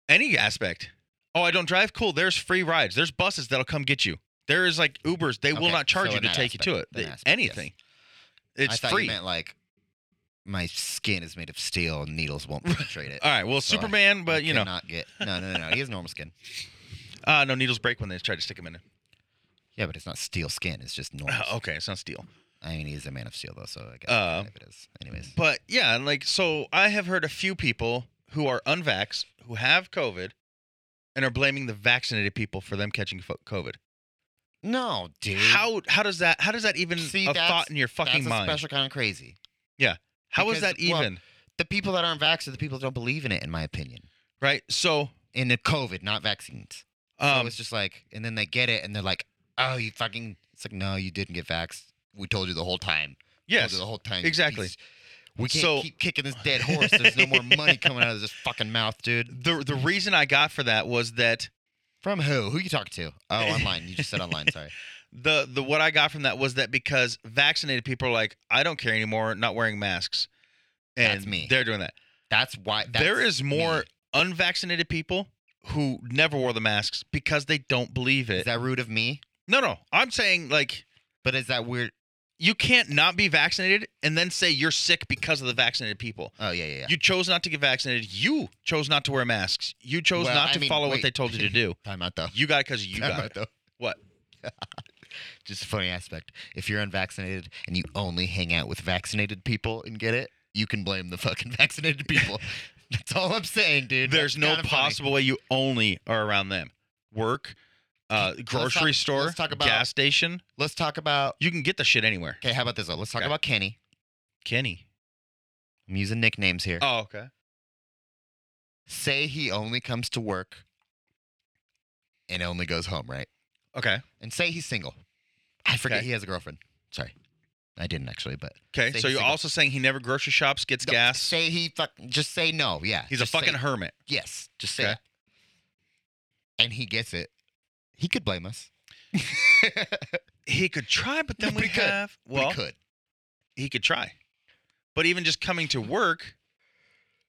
F: Any aspect. Oh, I don't drive. Cool. There's free rides. There's buses that'll come get you. There is like Ubers. They will
E: Okay,
F: not charge
E: so
F: you
E: in
F: to
E: that
F: take you to it.
E: aspect- in that
F: They-
E: aspect, yes.
F: anything.
E: I
F: It's
E: thought
F: free.
E: you meant like my skin is made of steel and needles won't penetrate it.
F: All right. Well,
E: So I-
F: Superman, but you know,
E: not get. No, no, no, no. He has normal skin.
F: uh, no needles break when they try to stick them in.
E: Yeah, but it's not steel skin. It's just normal.
F: Uh, okay, it's not steel.
E: I mean, he's a man of steel though, so I guess
F: Uh,
E: kind of it is. Anyways,
F: But yeah, and, like so I have heard a few people who are unvaxxed who have COVID and are blaming the vaccinated people for them catching fo- COVID.
E: no, dude.
F: How how does that how does that even
E: See,
F: a
E: that's-
F: thought in your fucking
E: That's a
F: mind?
E: special kind of crazy.
F: how is
E: because,
F: that
E: well-
F: even
E: The people that aren't vaxxed are the people that don't believe in it, in my opinion.
F: right? So
E: In the COVID, not vaccines. so
F: um
E: it's just like, and then they get it, and they're like, "Oh, you fucking." It's like, no, you didn't get vaxxed. We told you the whole time. Told
F: yes,
E: you the whole time. you
F: exactly.
E: piece- We can't
F: So-
E: keep kicking this dead horse. There's no more money coming out of this fucking mouth, dude.
F: the the reason I got for that was that
E: From who? Who you talking to? Oh, online. You just said online. Sorry.
F: the the what I got from that was that because vaccinated people are like I don't care anymore, not wearing masks, and
E: That's me.
F: they're doing that.
E: That's why. That's
F: there is more
E: me.
F: unvaccinated people who never wore the masks because they don't believe
E: Is
F: it.
E: that rude of me?
F: no, no. I'm saying like
E: But is that weird?
F: you can't not be vaccinated and then say you're sick because of the vaccinated people.
E: Oh yeah, yeah, yeah.
F: You chose not to get vaccinated. You chose not to wear masks. You chose
E: Well,
F: not
E: I
F: to
E: mean,
F: follow
E: wait.
F: what they told you to do.
E: Time out though.
F: You got it because you
E: Time
F: got
E: out,
F: it.
E: though.
F: What?
E: Just a funny aspect. If you're unvaccinated and you only hang out with vaccinated people and get it, you can blame the fucking vaccinated people. That's all I'm saying, dude.
F: There's
E: That's
F: no
E: kinda funny.
F: possible way you only are around them. Work, uh, grocery
E: talk-
F: store,
E: let's talk about-
F: gas station.
E: Let's talk about.
F: You can get the shit anywhere.
E: Okay, how about this? though? Let's talk
F: Okay.
E: about Kenny.
F: Kenny.
E: I'm using nicknames here.
F: Oh, okay.
E: Say he only comes to work and only goes home, right?
F: Okay.
E: And say he's single. I forget
F: Okay.
E: he has a girlfriend. Sorry, I didn't actually, but
F: Okay.
E: Say
F: So
E: he's
F: you're
E: single.
F: also saying he never grocery shops, gets
E: No,
F: gas.
E: Say he fuck. Just say no. Yeah.
F: He's a
E: Just say-
F: fucking hermit.
E: Yes. Just say
F: Okay.
E: it. And he gets it. He could blame us.
F: He could try, but then
E: But
F: we
E: he could.
F: have
E: But
F: well,
E: he could.
F: he could try. But even just coming to work,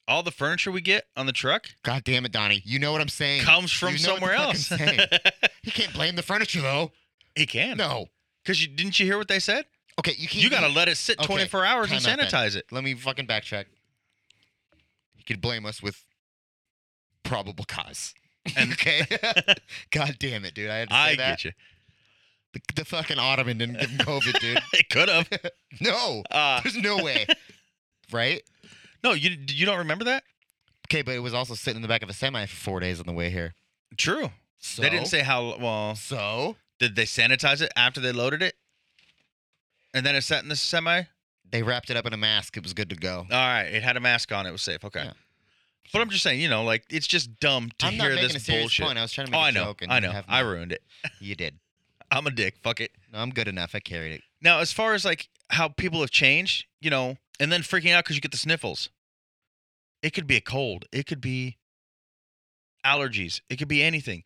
F: all the furniture we get on the truck
E: God damn it, Donnie. You know what I'm saying.
F: comes from
E: You know what the
F: somewhere
E: fuck I'm
F: else.
E: saying. he can't blame the furniture though.
F: he can.
E: No.
F: Because you didn't you hear what they said?
E: Okay, you can't.
F: You gotta let it sit
E: Okay,
F: 24 hours and
E: time out then.
F: sanitize it.
E: Let me fucking backtrack. He could blame us with probable cause.
F: And-
E: okay. God damn it, dude. I had to say
F: I
E: that.
F: get you.
E: The, the fucking ottoman didn't give him COVID, dude.
F: It could have.
E: No.
F: Uh,
E: There's no way. right?
F: no, you you don't remember that?
E: Okay, but it was also sitting in the back of a semi for four days on the way here.
F: True.
E: So
F: They didn't say how. Well,
E: So
F: did they sanitize it after they loaded it? And then it sat in the semi. All
E: they wrapped it up in a mask. It was good to go.
F: right, it had a mask on. It was safe. Okay.
E: Yeah.
F: But I'm just saying, you know, like it's just dumb to
E: I'm not
F: hear
E: making
F: this
E: a serious
F: bullshit.
E: point. I was trying to
F: Oh,
E: make a
F: I know.
E: joke. And
F: I
E: you
F: know.
E: have
F: I
E: no-
F: ruined it.
E: You did.
F: I'm a dick. Fuck it.
E: No, I'm good enough. I carried it.
F: Now, as far as like how people have changed, you know, and then freaking out because you get the sniffles. It could be a cold. It could be allergies. It could be anything.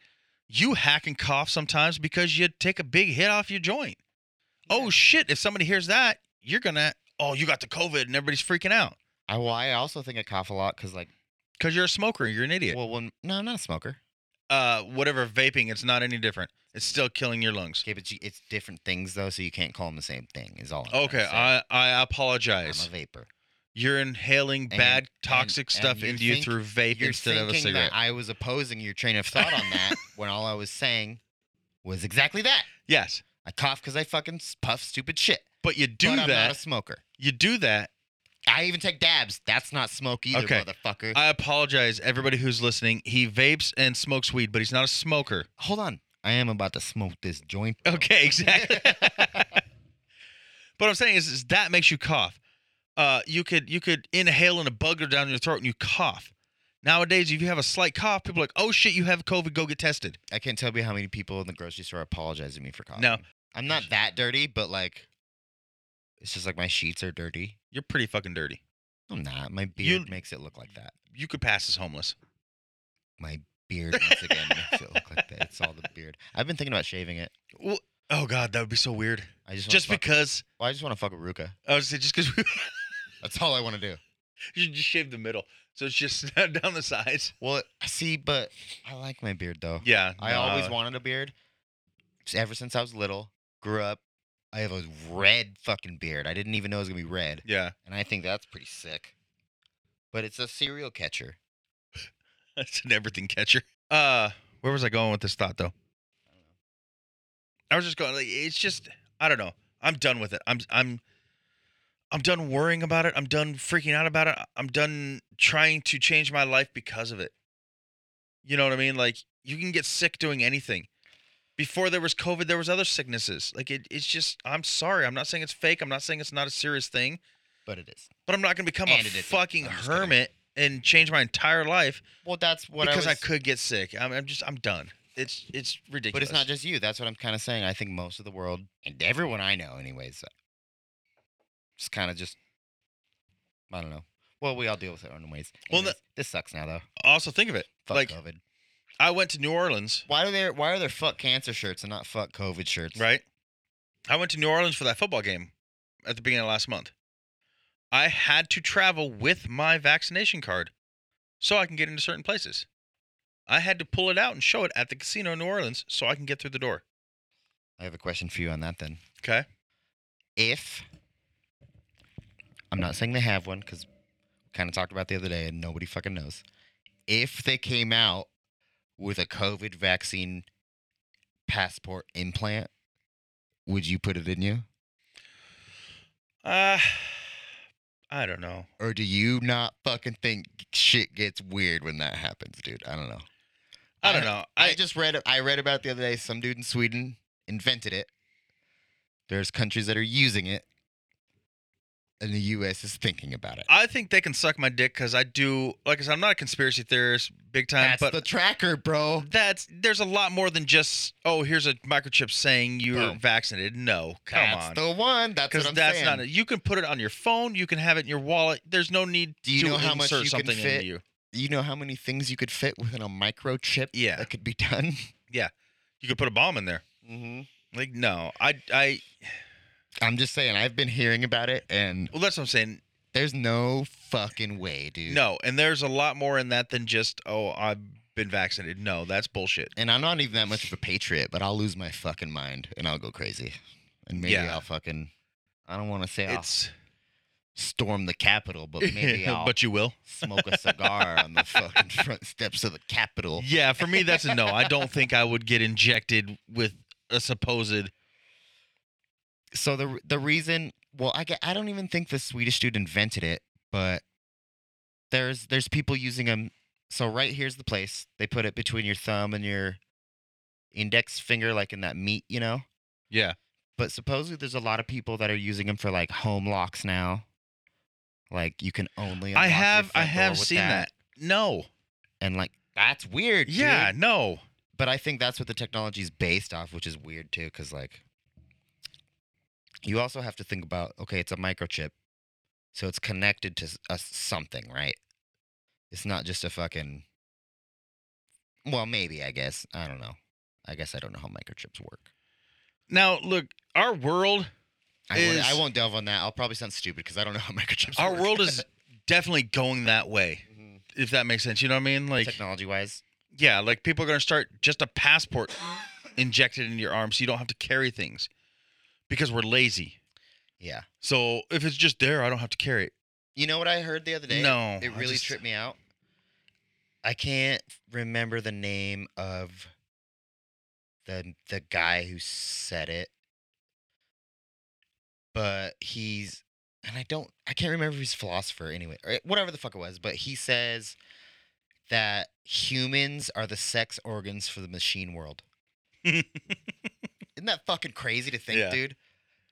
F: You hack and cough sometimes because you take a big hit off your joint. Oh shit! If somebody hears that, you're gonna oh you got the COVID and everybody's freaking out.
E: I well, I also think I cough a lot because like
F: Because you're a smoker. You're an idiot.
E: Well, when no, I'm not a smoker.
F: uh, whatever vaping, it's not any different. It's still killing your lungs.
E: Okay, but you, it's different things though, so you can't call them the same thing. Is all. I'm trying to
F: Okay,
E: say.
F: I I
E: I'm
F: apologize.
E: a vapor.
F: You're inhaling
E: And-
F: bad
E: and-
F: toxic
E: and
F: stuff
E: you
F: into you
E: think-
F: through vape
E: You're
F: instead of a
E: thinking
F: cigarette.
E: that I was opposing your train of thought on that when all I was saying was exactly that.
F: yes,
E: I cough because I fucking s- puff stupid shit.
F: but you do
E: but I'm not a
F: that.
E: smoker.
F: You do that.
E: I even take dabs. That's not smoke either,
F: Okay.
E: motherfucker.
F: I apologize, everybody who's listening. He vapes and smokes weed, but he's not a smoker.
E: Hold on. I am about to smoke this joint. though.
F: Okay, exactly. but I'm saying is, is that makes you cough. Uh, you could you could inhale and a bug go down your throat and you cough. Nowadays, if you have a slight cough, people are like, "Oh shit, you have COVID. Go get tested."
E: I can't tell you how many people in the grocery store apologize to me for coughing.
F: No.
E: I'm not that dirty, but like, it's just like my sheets are dirty.
F: You're pretty fucking dirty.
E: I'm not. My
F: You-
E: beard makes it look like that.
F: You could pass as homeless.
E: My beard once again makes it look like that. It's all the beard. I've been thinking about shaving it.
F: Well, oh god, that would be so weird.
E: I just wanna
F: Just
E: fuck-
F: because
E: well, I just want to fuck with Ruka.
F: I was gonna say, just because
E: That's all I want to do.
F: you just shave the middle, so it's just down the sides.
E: Well, see, but I like my beard though.
F: Yeah,
E: I always
F: no.
E: wanted a beard. S- Ever since I was little, grew up, I have a red fucking beard. I didn't even know it was gonna be red,
F: Yeah,
E: and I think that's pretty sick. But it's a serial catcher.
F: that's an everything catcher. Uh, where was I going with this thought though? I was just going. Like, it's just I don't know. I'm done with it. I'm I'm I'm done worrying about it. I'm done freaking out about it. I- I'm done trying to change my life because of it. You know what I mean? Like you can get sick doing anything. Before there was COVID, there was other sicknesses. Like it, it's just. I'm sorry. I'm not saying it's fake. I'm not saying it's not a serious thing.
E: But it is.
F: But I'm not going to become
E: And
F: a
E: it isn't.
F: fucking
E: I'm just kidding.
F: hermit and change my entire life
E: Well, that's what
F: because
E: I,
F: I,
E: was,
F: could get sick. I'm, I'm just. I'm done. It's it's
E: But
F: ridiculous.
E: it's not just you. That's what I'm kind of saying. I think most of the world and everyone I know, anyways, just kind of just. I don't know. Well, we all deal with it our own ways.
F: Well, the-
E: Anyways, this sucks now though.
F: Also, think of it.
E: Fuck
F: like
E: COVID.
F: I went to New Orleans,
E: Why are there Why are there fuck cancer shirts and not fuck COVID shirts?
F: right? I went to New Orleans for that football game at the beginning of last month. I had to travel with my vaccination card so I can get into certain places. I had to pull it out and show it at the casino in New Orleans so I can get through the door.
E: I have a question for you on that then.
F: Okay.
E: If I'm not saying they have one because kind of talked about the other day and nobody fucking knows. If they came out with a COVID vaccine passport implant, would you put it in you?
F: Uh I don't know.
E: Or do you not fucking think shit gets weird when that happens, dude? I don't know.
F: I don't know.
E: I,
F: I
E: just read I read about it the other day. Some dude in Sweden invented it. There's countries that are using it, and the U.S. is thinking about it.
F: I think they can suck my dick because I do. Like I said, I'm not a conspiracy theorist, big time.
E: That's
F: but
E: the tracker, bro.
F: that's there's a lot more than just oh here's a microchip saying you're
E: Boom.
F: vaccinated. No, come
E: that's
F: on.
E: the one. That's
F: because
E: what
F: that's,
E: I'm saying.
F: not it. You can put it on your phone. You can have it in your wallet. There's no need
E: Do you
F: to
E: know how much
F: insert
E: you can
F: something
E: fit?
F: into you.
E: you know how many things you could fit within a microchip
F: Yeah.
E: that could be done?
F: You could put a bomb in there.
E: Mm-hmm.
F: Like no, I I
E: I'm just saying. I've been hearing about it, and
F: well that's what I'm saying.
E: there's no fucking way, dude.
F: No, and there's a lot more in that than just oh I've been vaccinated. No, that's bullshit.
E: and I'm not even that much of a patriot, but I'll lose my fucking mind and I'll go crazy. And maybe
F: Yeah.
E: I'll fucking I don't want to say I'll
F: It's
E: storm the Capitol, but maybe I'll
F: but you will.
E: smoke a cigar on the fucking front steps of the Capitol.
F: Yeah, for me that's a no. I don't think I would get injected with a supposed
E: So the the reason, well, I get, I don't even think the Swedish dude invented it, but there's there's people using them. So right here's the place they put it between your thumb and your index finger, like in that meat, you know.
F: yeah.
E: but supposedly there's a lot of people that are using them for like home locks now. Like you can only.
F: I
E: unlock your
F: have I
E: front door
F: have
E: with
F: seen that. No.
E: and like that's weird.
F: Yeah,
E: dude.
F: no.
E: but I think that's what the technology is based off, which is weird too, because like you also have to think about okay, it's a microchip, so it's connected to s- a something, right? It's not just a fucking. Well, maybe I guess I don't know. I guess I don't know how microchips work.
F: Now look, our world
E: I, won't, I
F: Is-
E: won't delve on that. I'll probably sound stupid because I don't know how microchips.
F: our
E: work.
F: world is definitely going that way.
E: Mhm.
F: if that makes sense. You know what I mean? Like,
E: technology wise.
F: yeah, like people are going to start just a passport injected in your arm so you don't have to carry things because we're lazy.
E: Yeah.
F: So if it's just there, I don't have to carry it.
E: You know what I heard the other day?
F: No,
E: It
F: I
E: really
F: just-
E: tripped me out. I can't remember the name of the the guy who said it. But he's and I don't I can't remember if he's a philosopher anyway, or eh, whatever the fuck it was, but he says that humans are the sex organs for the machine world. Isn't that fucking crazy to think,
F: Yeah.
E: dude?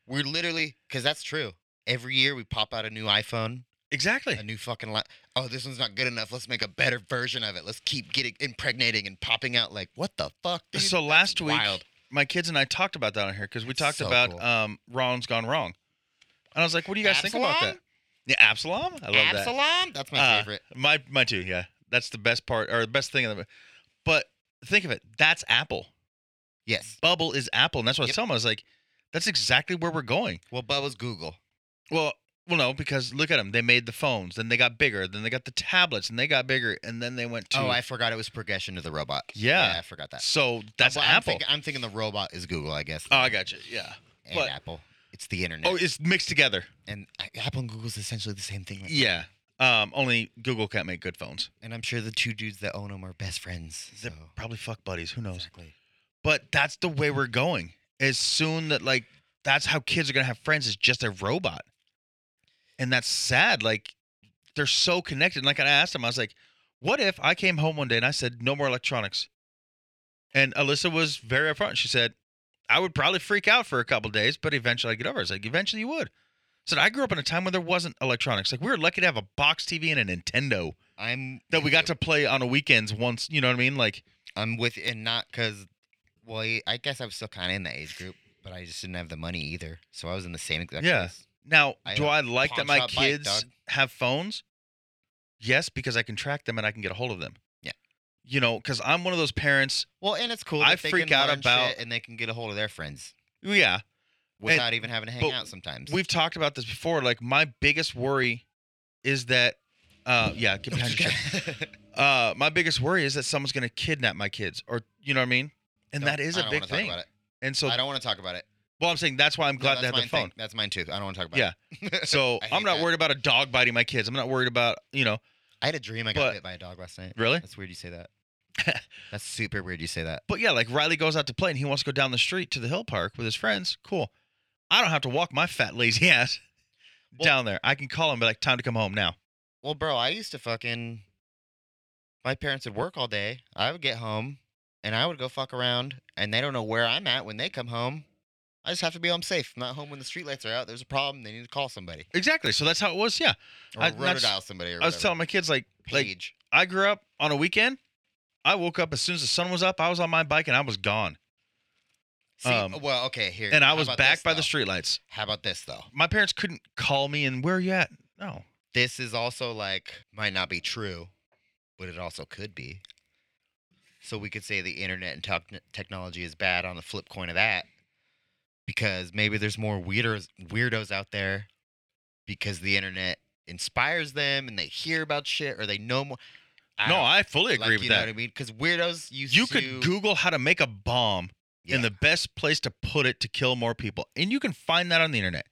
E: We're literally because that's true. Every year we pop out a new iPhone,
F: Exactly.
E: a new fucking li Oh, this one's not good enough. Let's make a better version of it. Let's keep getting impregnating and popping out. Like what the fuck? Dude?
F: so last week,
E: wild.
F: my kids and I talked about that on here because we talked
E: So
F: about
E: cool.
F: um, Ron's gone wrong, and I was like, "What do you guys think about
E: Absalom?
F: that?" Yeah, Absalom. I love that.
E: Absalom. That's my
F: Uh,
E: favorite.
F: My my too. Yeah, that's the best part or the best thing of the. But think of it. That's Apple.
E: Yes.
F: Bubble is Apple, and that's what I
E: Yep.
F: was telling them. I was like, "That's exactly where we're going."
E: Well, Bubba's Google.
F: Well, well, no, because look at them. They made the phones, then they got bigger, then they got the tablets, and they got bigger, and then they went to.
E: Oh, I forgot it was progression to the robot.
F: Yeah.
E: I forgot that.
F: so that's
E: Well, I'm
F: Apple.
E: thinking- I'm thinking the robot is Google, I guess.
F: oh, I got you. Yeah.
E: and
F: but-
E: Apple. It's the internet.
F: Oh, it's mixed together.
E: and I- Apple and Google is essentially the same thing. Like
F: Yeah. Um, only Google can't make good phones.
E: And I'm sure the two dudes that own them are best friends. So.
F: They're probably fuck buddies. Who knows?
E: Exactly.
F: But that's the way we're going. As soon that like that's how kids are gonna have friends is just a robot, and that's sad. Like they're so connected. And like I asked him, I was like, "What if I came home one day and I said no more electronics?" And Alyssa was very upfront. She said, "I would probably freak out for a couple days, but eventually I get over." it. I was like, "Eventually you would." I said I grew up in a time when there wasn't electronics. Like we were lucky to have a box TV and a Nintendo
E: I'm
F: that
E: with
F: we got
E: you.
F: to play on the weekends once. You know what I mean? Like
E: I'm with and not because. Well, I- I guess I was still kind of in that age group, but I just didn't have the money either, so I was in the same exact
F: Yeah.
E: place.
F: Now,
E: I
F: do
E: have
F: I like that
E: pawn
F: my
E: shop bike,
F: kids
E: dog.
F: have phones? Yes, because I can track them and I can get a hold of them.
E: Yeah.
F: You know, because I'm one of those parents.
E: Well, and it's cool.
F: I
E: that they
F: freak
E: can
F: out
E: learn
F: about-
E: shit and they can get a hold of their friends
F: oh, Yeah.
E: without even having to hang
F: but
E: out. Sometimes
F: We've talked about this before. Like, my biggest worry is that, uh, yeah, get behind your chair. Uh, my biggest worry is that someone's going to kidnap my kids or, you know what I mean? And that is
E: a
F: a big thing.
E: Talk about it.
F: And so,
E: I don't want to talk about it.
F: well, I'm saying that's why I'm
E: No,
F: glad
E: that's
F: they have
E: mine
F: the phone.
E: thing. That's mine too. I don't want to talk about
F: Yeah.
E: it.
F: So
E: I hate
F: I'm not
E: that.
F: worried about a dog biting my kids. I'm not worried about, you know,
E: I had a dream I got
F: But-
E: bit by a dog last night.
F: really?
E: That's weird you say that. That's super weird you say that.
F: But yeah, like Riley goes out to play and he wants to go down the street to the hill park with his friends. Cool. I don't have to walk my fat lazy ass
E: Well-
F: down there. I can call him, be like, time to come home now.
E: Well, bro, I used to fucking. My parents would work all day. I would get home, and I would go fuck around, and they don't know where I'm at when they come home. I just have to be home safe. I'm not home when the streetlights are out. There's a problem. They need to call somebody
F: Exactly. So that's how it was. Yeah.
E: or
F: I-
E: rotor
F: that's-
E: dial somebody. Or
F: I was
E: whatever.
F: telling my kids, like, like
E: Paige.
F: I grew up on a weekend. I woke up as soon as the sun was up. I was on my bike and I was gone.
E: See,
F: um,
E: well, okay, here.
F: And I
E: how
F: was
E: about
F: back
E: this,
F: by the
E: though?
F: streetlights.
E: How about this though?
F: My parents couldn't call me and where are you at? No.
E: This is also like might not be true, but it also could be. So we could say the internet and tech technology is bad on the flip coin of that, because maybe there's more weirdos weirdos out there, because the internet inspires them and they hear about shit or they know more.
F: no,
E: don't-
F: I fully
E: like,
F: agree with
E: you know
F: that.
E: what I mean? Because weirdos used
F: You
E: to,
F: could Google how to make a bomb
E: yeah.
F: and the best place to put it to kill more people. And you can find that on the internet.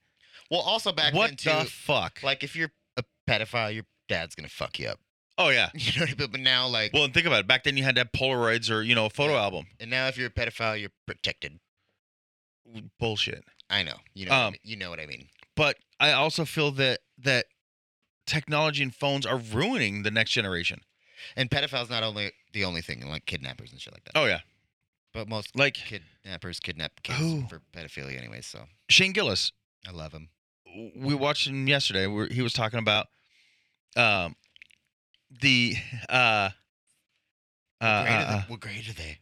E: well also back then
F: what
E: too.
F: the fuck?
E: like if you're a pedophile, your dad's gonna fuck you up.
F: oh yeah.
E: You know what I mean? But now like
F: Well, and think about it. Back then, you had to have Polaroids or you know a photo
E: Yeah.
F: album.
E: And now, if you're a pedophile, you're protected.
F: Bullshit.
E: I know. You know. what I
F: Um,
E: mean- you know what I mean.
F: But I also feel that that technology and phones are ruining the next generation.
E: And pedophiles not only the only thing, like kidnappers and shit like that.
F: Oh yeah,
E: But most
F: like
E: kidnappers kidnap kids
F: Who?
E: for pedophilia, anyway. So
F: Shane Gillis.
E: I love him.
F: We watched him yesterday. Where he was talking about um the uh,
E: What
F: uh,
E: grade, are
F: uh,
E: they?
F: uh,
E: what grade are they?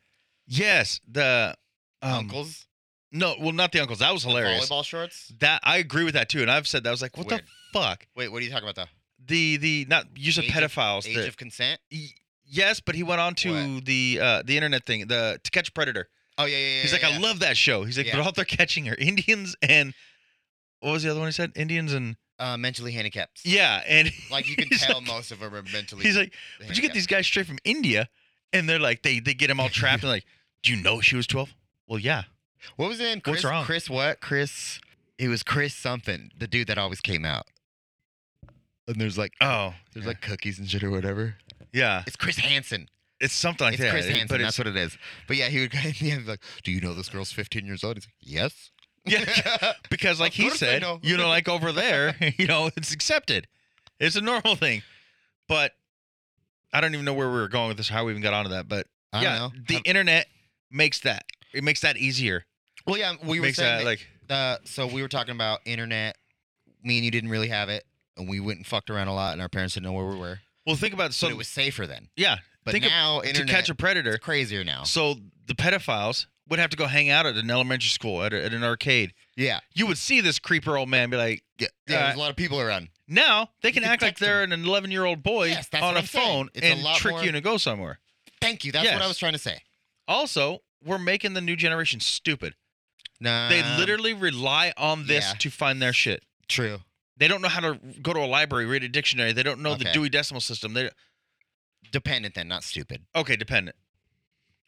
F: yes the um,
E: Uncles?
F: No, well not the uncles. That was hilarious.
E: Volleyball shorts?
F: That I agree with that too. And I've said that I was like, what
E: Weird.
F: the fuck?
E: Wait, what are you talking about?
F: The the not use of
E: Age of-
F: pedophiles.
E: The age
F: the-
E: of consent?
F: Y- Yes, but he went on to the uh, the internet thing, the To Catch a Predator.
E: Oh yeah, yeah, yeah.
F: He's like,
E: yeah,
F: I
E: yeah.
F: love that show. He's like,
E: Yeah.
F: but all they're catching are Indians and what was the other one he said? Indians and
E: uh, mentally handicapped.
F: Yeah, and
E: Like you can
F: he's
E: tell
F: like-
E: most of them are mentally.
F: He's like, but you get
E: handicapped."
F: these guys straight from India, and they're like, they they get him all trapped and like, do you know she was twelve? Well, yeah.
E: What was it?
F: What's
E: Chris,
F: wrong?
E: Chris what? Chris. It was Chris something. The dude that always came out. And there's like
F: Oh,
E: there's
F: yeah.
E: like cookies and shit or whatever.
F: yeah,
E: It's Chris Hansen.
F: it's something like
E: it's
F: that.
E: Chris
F: it-
E: Hansen.
F: but
E: that's
F: it's,
E: what it is. But yeah, he would in the end be like, "Do you know this girl's 15 years old?" He's like, "Yes."
F: yeah, because like
E: Of
F: he
E: course I
F: said,
E: know.
F: you know, like over there, you know, it's accepted, it's a normal thing. But I don't even know where we were going with this, how we even got onto that. But
E: I
F: yeah,
E: don't know.
F: the
E: Um,
F: internet makes that it makes that easier.
E: well, yeah, we were
F: makes
E: saying that-
F: that like
E: uh, so we were talking about internet. Me and you didn't really have it, and we went and fucked around a lot, and our parents didn't know where we were.
F: well, think about
E: So
F: so
E: but it was safer then.
F: yeah,
E: But
F: think of-
E: now internet
F: to catch a predator.
E: is crazier now.
F: So the pedophiles would have to go hang out at an elementary school, at, a, at an arcade.
E: yeah,
F: You would see this creeper old man be like,
E: yeah, yeah, there's a
F: Uh,
E: lot of people around.
F: now they
E: You
F: can
E: can
F: act like
E: text them.
F: they're an 11 year old boy
E: Yes, that's
F: on
E: what
F: a
E: I'm saying.
F: phone
E: It's a
F: and
E: lot
F: trick
E: more-
F: you to go somewhere.
E: Thank you. That's what I
F: Yes.
E: was trying to say.
F: Also, we're making the new generation stupid.
E: No,
F: they literally rely on this
E: Um, yeah.
F: to find their shit.
E: true.
F: They don't know how to go to a library, read a dictionary. They don't know the
E: Okay.
F: Dewey Decimal System. They
E: Dependent then, not stupid.
F: okay, dependent.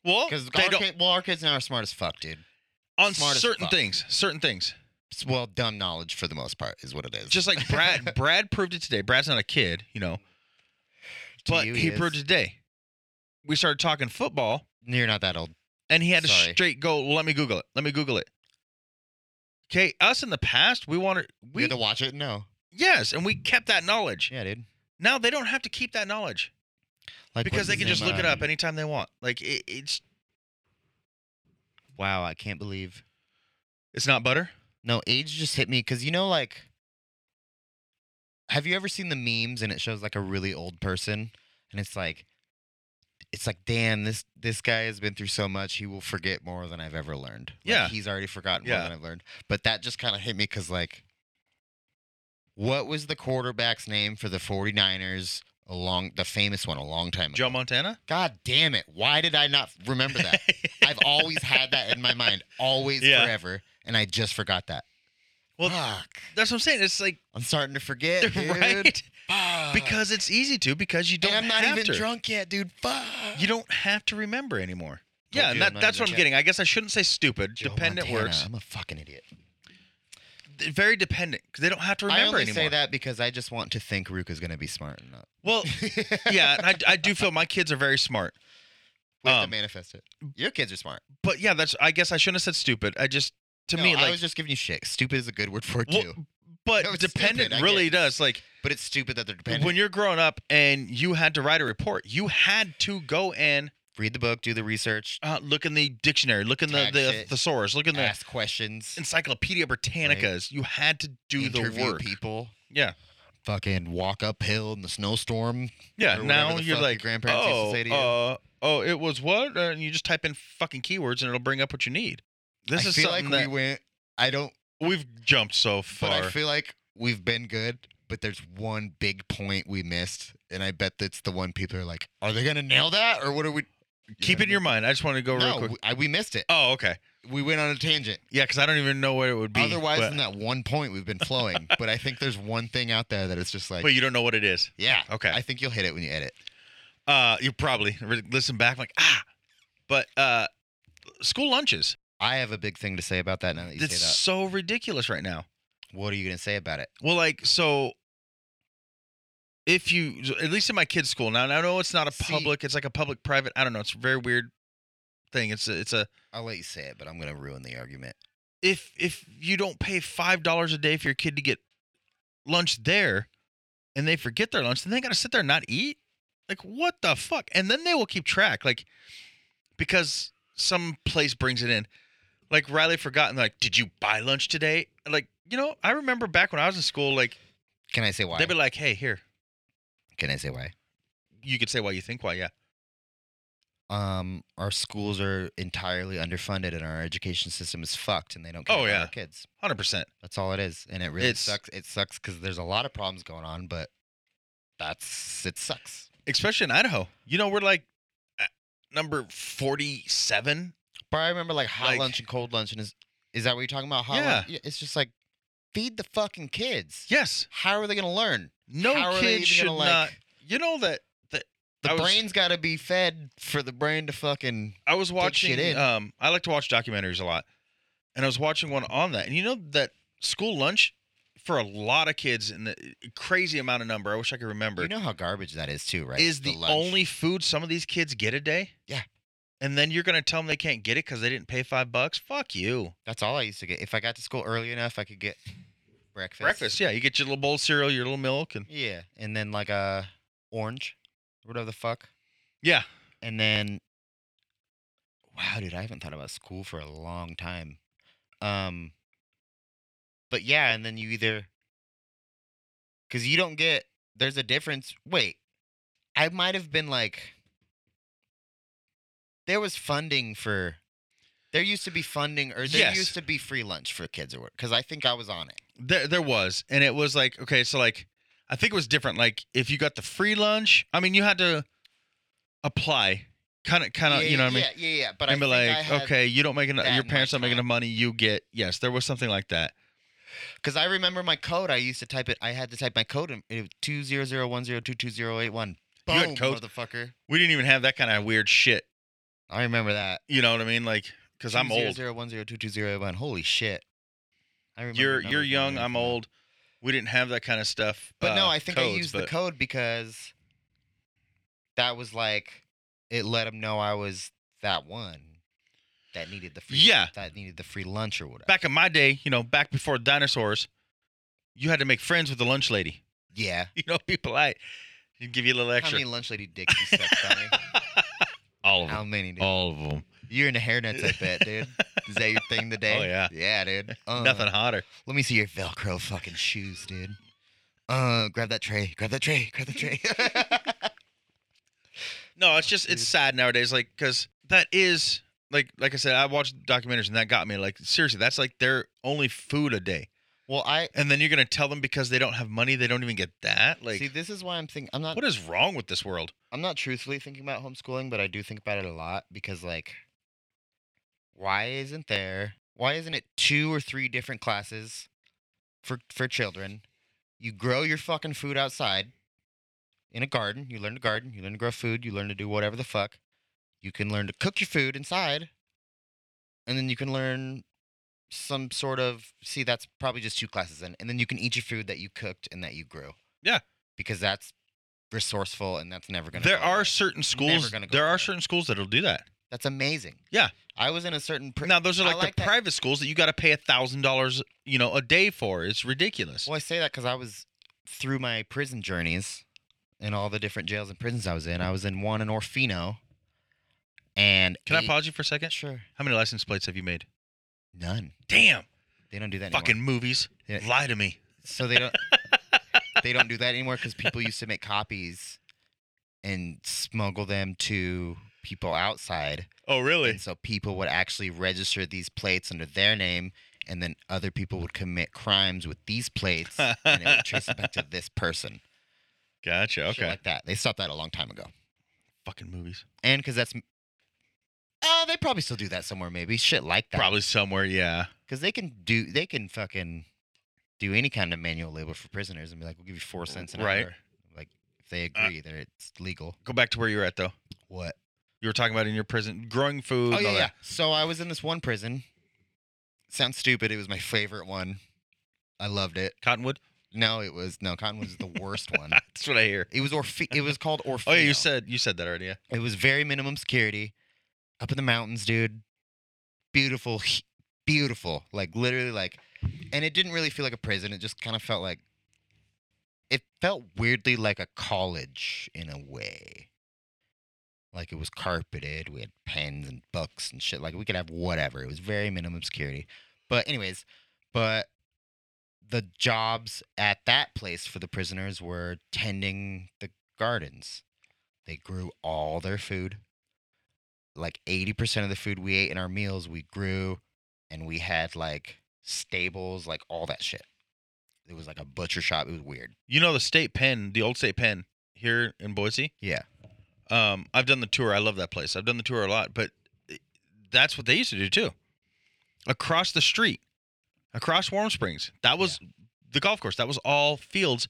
F: Well,
E: Because
F: Oh, they
E: our
F: don't
E: kid, well, our kids now are smart as fuck, dude.
F: on
E: smart as
F: certain
E: fuck.
F: things. Certain things.
E: It's, well, dumb knowledge for the most part is what it is.
F: Just like Brad. Brad proved it today. Brad's not a kid, you know.
E: To
F: But
E: you,
F: he
E: is.
F: proved it today. We started talking football,
E: You're not that old.
F: and he had to
E: Sorry.
F: straight go. "Well, Let me Google it. Let me Google it. Okay, us in the past, we wanted
E: We
F: we
E: had to watch it. No.
F: yes, and we kept that knowledge.
E: Yeah, dude.
F: Now they don't have to keep that knowledge
E: Like
F: because
E: what's
F: they
E: his
F: can just
E: name,
F: look it
E: uh,
F: up anytime they want. Like it, it's
E: Wow, I can't believe
F: it's not butter.
E: No, age just hit me because you know, like, have you ever seen the memes and it shows like a really old person and it's like, it's like, damn, this this guy has been through so much. He will forget more than I've ever learned. Like,
F: Yeah.
E: he's already forgotten
F: Yeah.
E: more than I've learned. But that just kind of hit me because like, what was the quarterback's name for the 49ers? Along the famous one a long time ago.
F: Joe Montana.
E: God damn it! Why did I not remember that? I've always had that in my mind, always
F: Yeah.
E: forever, and I just forgot that.
F: Well,
E: Fuck.
F: that's what I'm saying. It's like
E: I'm starting to forget, dude.
F: right
E: Fuck.
F: because it's easy to because you don't.
E: and I'm not
F: have
E: even
F: to.
E: drunk yet, dude. Fuck.
F: You don't have to remember
E: Told
F: anymore. yeah,
E: you
F: and
E: I'm
F: that,
E: not
F: that's
E: even
F: what I'm
E: drunk.
F: getting. I guess I shouldn't say stupid.
E: Joe
F: dependent
E: Montana,
F: works.
E: I'm a fucking idiot.
F: They're Very dependent because they don't have to
E: I
F: remember
E: only
F: anymore.
E: say that because I just want to think Rook is gonna be smart and not.
F: Well, yeah, and I, I do feel my kids are very smart.
E: we have
F: Um,
E: to manifest it. Your kids are smart.
F: But yeah, that's. I guess I shouldn't have said stupid. I just to
E: No,
F: me
E: I
F: like,
E: was just giving you shit. Stupid is a good word for it
F: Well,
E: too,
F: but
E: no, it's
F: dependent
E: stupid, I
F: really
E: get it.
F: does like
E: but it's stupid that they're dependent.
F: when you're growing up and you had to write a report, you had to go and
E: Read the book, do the research,
F: uh, look in the dictionary, look in the,
E: Tax
F: the
E: it.
F: thesaurus, look in the
E: ask questions,
F: Encyclopedia Britannicas. You had to do the
E: interview
F: work.
E: people.
F: Yeah.
E: Fucking walk uphill in the snowstorm.
F: Yeah,
E: or whatever
F: now
E: the
F: you're
E: fuck your
F: like,
E: grandparents used to
F: oh,
E: say to you."
F: Uh, oh, it was what? Uh, And you just type in fucking keywords and it'll bring up what you need. This
E: I
F: is
E: feel
F: something
E: like
F: that
E: we went. I don't
F: we, have jumped so far.
E: But I feel like we've been good, but there's one big point we missed, and I bet that's the one people are like, "Are they gonna nail that, or what are we?" You
F: Keep
E: know
F: it in your mind. I just want to go
E: what I mean?
F: real
E: No,
F: quick.
E: we, I, we missed it.
F: oh, okay.
E: We went on a tangent.
F: Yeah, because I don't even know what it would be.
E: Otherwise,
F: but,
E: than that one point, we've been flowing. but I think there's one thing out there that it's just like,
F: but you don't know what it is.
E: yeah,
F: Okay.
E: I think you'll hit it when you edit.
F: Uh, you probably re- listen back like ah, but uh, school lunches.
E: I have a big thing to say about that. Now that you
F: That's
E: say
F: so ridiculous right now.
E: that, what are you gonna say about it?
F: Well, like so. If you, at least in my kids' school now, and I know it's not a
E: See-
F: public. It's like a public-private. I don't know. It's a very weird thing. It's a, it's a
E: I'll let you say it, but I'm gonna ruin the argument.
F: if if you don't pay five dollars a day for your kid to get lunch there, and they forget their lunch, then they gotta sit there and not eat. Like what the fuck? And then they will keep track, like because some place brings it in. Like Riley forgotten, like did you buy lunch today? Like you know, I remember back when I was in school, like
E: Can I say why?
F: they'd be like, hey, here,
E: Can I say why?
F: you could say why you think why, yeah.
E: um, our schools are entirely underfunded and our education system is fucked and they don't care
F: Oh,
E: about
F: yeah.
E: our kids.
F: Hundred percent.
E: That's all it is, and it really
F: It's-
E: sucks. It sucks because there's a lot of problems going on, but that's it sucks.
F: Especially in Idaho. You know, we're like at number forty seven.
E: But I remember like hot
F: Like-
E: lunch and cold lunch, and is is that what you're talking about? Hot lunch? It's just like Feed the fucking kids.
F: Yes.
E: How are they going to learn?
F: No
E: How are they
F: kid
E: even
F: should
E: gonna, like-
F: not. You know that
E: The
F: I was-
E: brain's got to be fed for the brain to fucking.
F: I was watching.
E: shit in.
F: Um, I like to watch documentaries a lot, and I was watching one on that. And you know that school lunch for a lot of kids in the crazy amount of number. I wish I could remember.
E: You know how garbage that is too, right?
F: is the,
E: lunch.
F: only food some of these kids get a day?
E: Yeah.
F: And then you're gonna tell them they can't get it because they didn't pay five bucks? Fuck you.
E: That's all I used to get. If I got to school early enough, I could get breakfast.
F: Breakfast, yeah. You get your little bowl of cereal, your little milk, and
E: Yeah, and then like a orange, whatever the fuck,
F: yeah.
E: and then. Wow, dude, I haven't thought about school for a long time. Um. But yeah, and then you either. Because you don't get. There's a difference. Wait, I might have been like. There was funding for. There used to be funding, or there
F: Yes.
E: used to be free lunch for kids at work. Because I think I was on it.
F: There, there was, and it was like okay, so like I think it was different. Like if you got the free lunch, I mean, you had to apply, kind of, kind of,
E: yeah,
F: you know
E: yeah,
F: what I mean?
E: Yeah, yeah, yeah. But
F: and
E: I
F: be
E: think I
F: like,
E: had,
F: okay, you don't make enough.
E: that
F: Your
E: in my
F: parents don't make
E: time.
F: enough money. You get yes. There was something like that.
E: Because I remember my code. I used to type it. I had to type my code. in- It was two zero zero one zero two two zero eight one.
F: You
E: Boom,
F: had codes?
E: motherfucker.
F: We didn't even have that kind of weird shit.
E: I remember that.
F: You know what I mean? Like because I'm old.
E: Zero one zero two two zero eight one. Holy shit. I remember.
F: You're
E: numbers
F: you're
E: being
F: young.
E: weird
F: I'm
E: for me.
F: old. We didn't have that kind of stuff.
E: But no,
F: uh,
E: I think I
F: codes,
E: used the
F: but-
E: code because that was like it let them know I was that one that needed the free
F: Yeah.
E: that needed the free lunch or whatever.
F: Back in my day, you know, back before dinosaurs, you had to make friends with the lunch lady.
E: yeah.
F: You know, people I you'd give you a little
E: How
F: extra.
E: many lunch lady dicks you sucked, Sonny?
F: All of them.
E: How many? Dude?
F: All of them.
E: You're in the hairnets, I bet, dude. Is that your thing today?
F: Oh, yeah.
E: Yeah, dude. Uh,
F: Nothing hotter.
E: Let me see your Velcro fucking shoes, dude. Uh, grab that tray. Grab that tray. Grab that tray.
F: No, it's just
E: Mm.
F: it's sad nowadays, like because that is like like I said, I watched documentaries and that got me. Like seriously, that's like their only food a day,
E: well, I
F: and then you're gonna tell them because they don't have money, they don't even get that. Like,
E: see. This is why I'm thinking. I'm not.
F: what is wrong with this world?
E: I'm not truthfully thinking about homeschooling, but I do think about it a lot because, like, why isn't there? Why isn't it two or three different classes for for children? You grow your fucking food outside in a garden. You learn to garden. You learn to grow food. You learn to do whatever the fuck. You can learn to cook your food inside, and then you can learn some sort of. See, that's probably just two classes in, and then you can eat your food that you cooked and that you grew.
F: Yeah.
E: because that's resourceful, and that's never gonna.
F: There
E: go
F: are
E: away.
F: certain schools.
E: gonna go
F: There are
E: away.
F: certain schools that'll do that.
E: That's amazing.
F: Yeah.
E: I was in a certain. Pr-
F: now those are
E: I
F: like,
E: like
F: the
E: that-
F: private schools that you got to pay a thousand dollars, you know, a day for. It's ridiculous.
E: well, I say that because I was through my prison journeys and all the different jails and prisons I was in. I was in one in Orfino, and
F: Can I
E: eight-
F: pause you for a second?
E: Sure.
F: How many license plates have you made?
E: None.
F: Damn,
E: They don't do that.
F: fucking
E: Anymore.
F: movies.
E: Yeah.
F: Lie to me.
E: So they don't. they don't do that anymore because people used to make copies and smuggle them to people outside.
F: Oh really?
E: And so people would actually register these plates under their name, and then other people would commit crimes with these plates, and it would trace it back to this person.
F: Gotcha.
E: Shit
F: Okay.
E: like that. They stopped that a long time ago.
F: fucking movies.
E: And because that's. Uh, they probably still do that somewhere, maybe. Shit like that.
F: Probably somewhere. Yeah.
E: Because they can do, they can fucking do any kind of manual labor for prisoners and be like, we'll give you four cents an
F: Right. Uh
E: hour. Like, if they agree, then it's legal.
F: Go back to where you were at though.
E: What?
F: You were talking about in your prison growing food.
E: Oh,
F: and
E: yeah,
F: all
E: yeah.
F: that.
E: So I was in this one prison. Sounds stupid. It was my favorite one. I loved it.
F: Cottonwood.
E: No, it was no Cottonwood was the worst one.
F: That's what I hear.
E: It was Orfe- It was called Orfeo.
F: Oh yeah, you said you said that already. Yeah.
E: it was very minimum security, up in the mountains, dude. Beautiful, he- beautiful. Like literally, like, and it didn't really feel like a prison. It just kind of felt like, it felt weirdly like a college in a way. Like it was carpeted. We had pens and books and shit. Like we could have whatever. It was very minimum security. But anyways, but the jobs at that place for the prisoners were tending the gardens. They grew all their food. Like 80% of the food we ate in our meals, we grew and we had like stables, like all that shit. It was like a butcher shop. It was weird.
F: You know the state pen, the old state pen here in Boise.
E: Yeah.
F: Um, I've done the tour. I love that place. I've done the tour a lot, but that's what they used to do too. Across the street, across Warm Springs. That was the golf course. That was all fields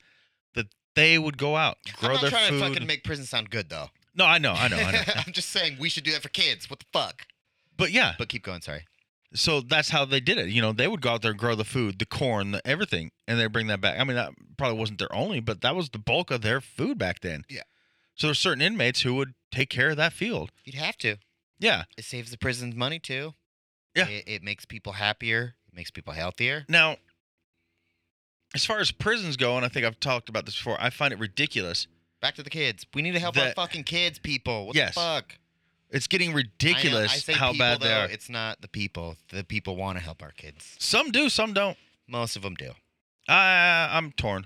F: that they would go out, grow
E: I'm not
F: their
E: trying
F: food.
E: to fucking make prison sound good though.
F: no, I know, I know, I know.
E: I'm just saying we should do that for kids. What the fuck?
F: but yeah,
E: But keep going. Sorry.
F: so that's how they did it. You know, they would go out there and grow the food, the corn, the everything, and they bring that back. I mean, that probably wasn't their only, but that was the bulk of their food back then.
E: Yeah.
F: So there's certain inmates who would take care of that field.
E: You'd have to.
F: Yeah.
E: It saves the prisons money too.
F: Yeah.
E: It, it makes people happier. It makes people healthier.
F: Now, as far as prisons go, and I think I've talked about this before, I find it ridiculous.
E: Back to the kids. We need to help our
F: That-
E: fucking kids, people. What
F: Yes.
E: the fuck?
F: It's getting
E: I know,
F: ridiculous
E: I say
F: how
E: people,
F: bad they
E: though,
F: are.
E: It's not the people. The people want to help our kids.
F: Some do, some don't.
E: Most of them do.
F: I, I'm torn.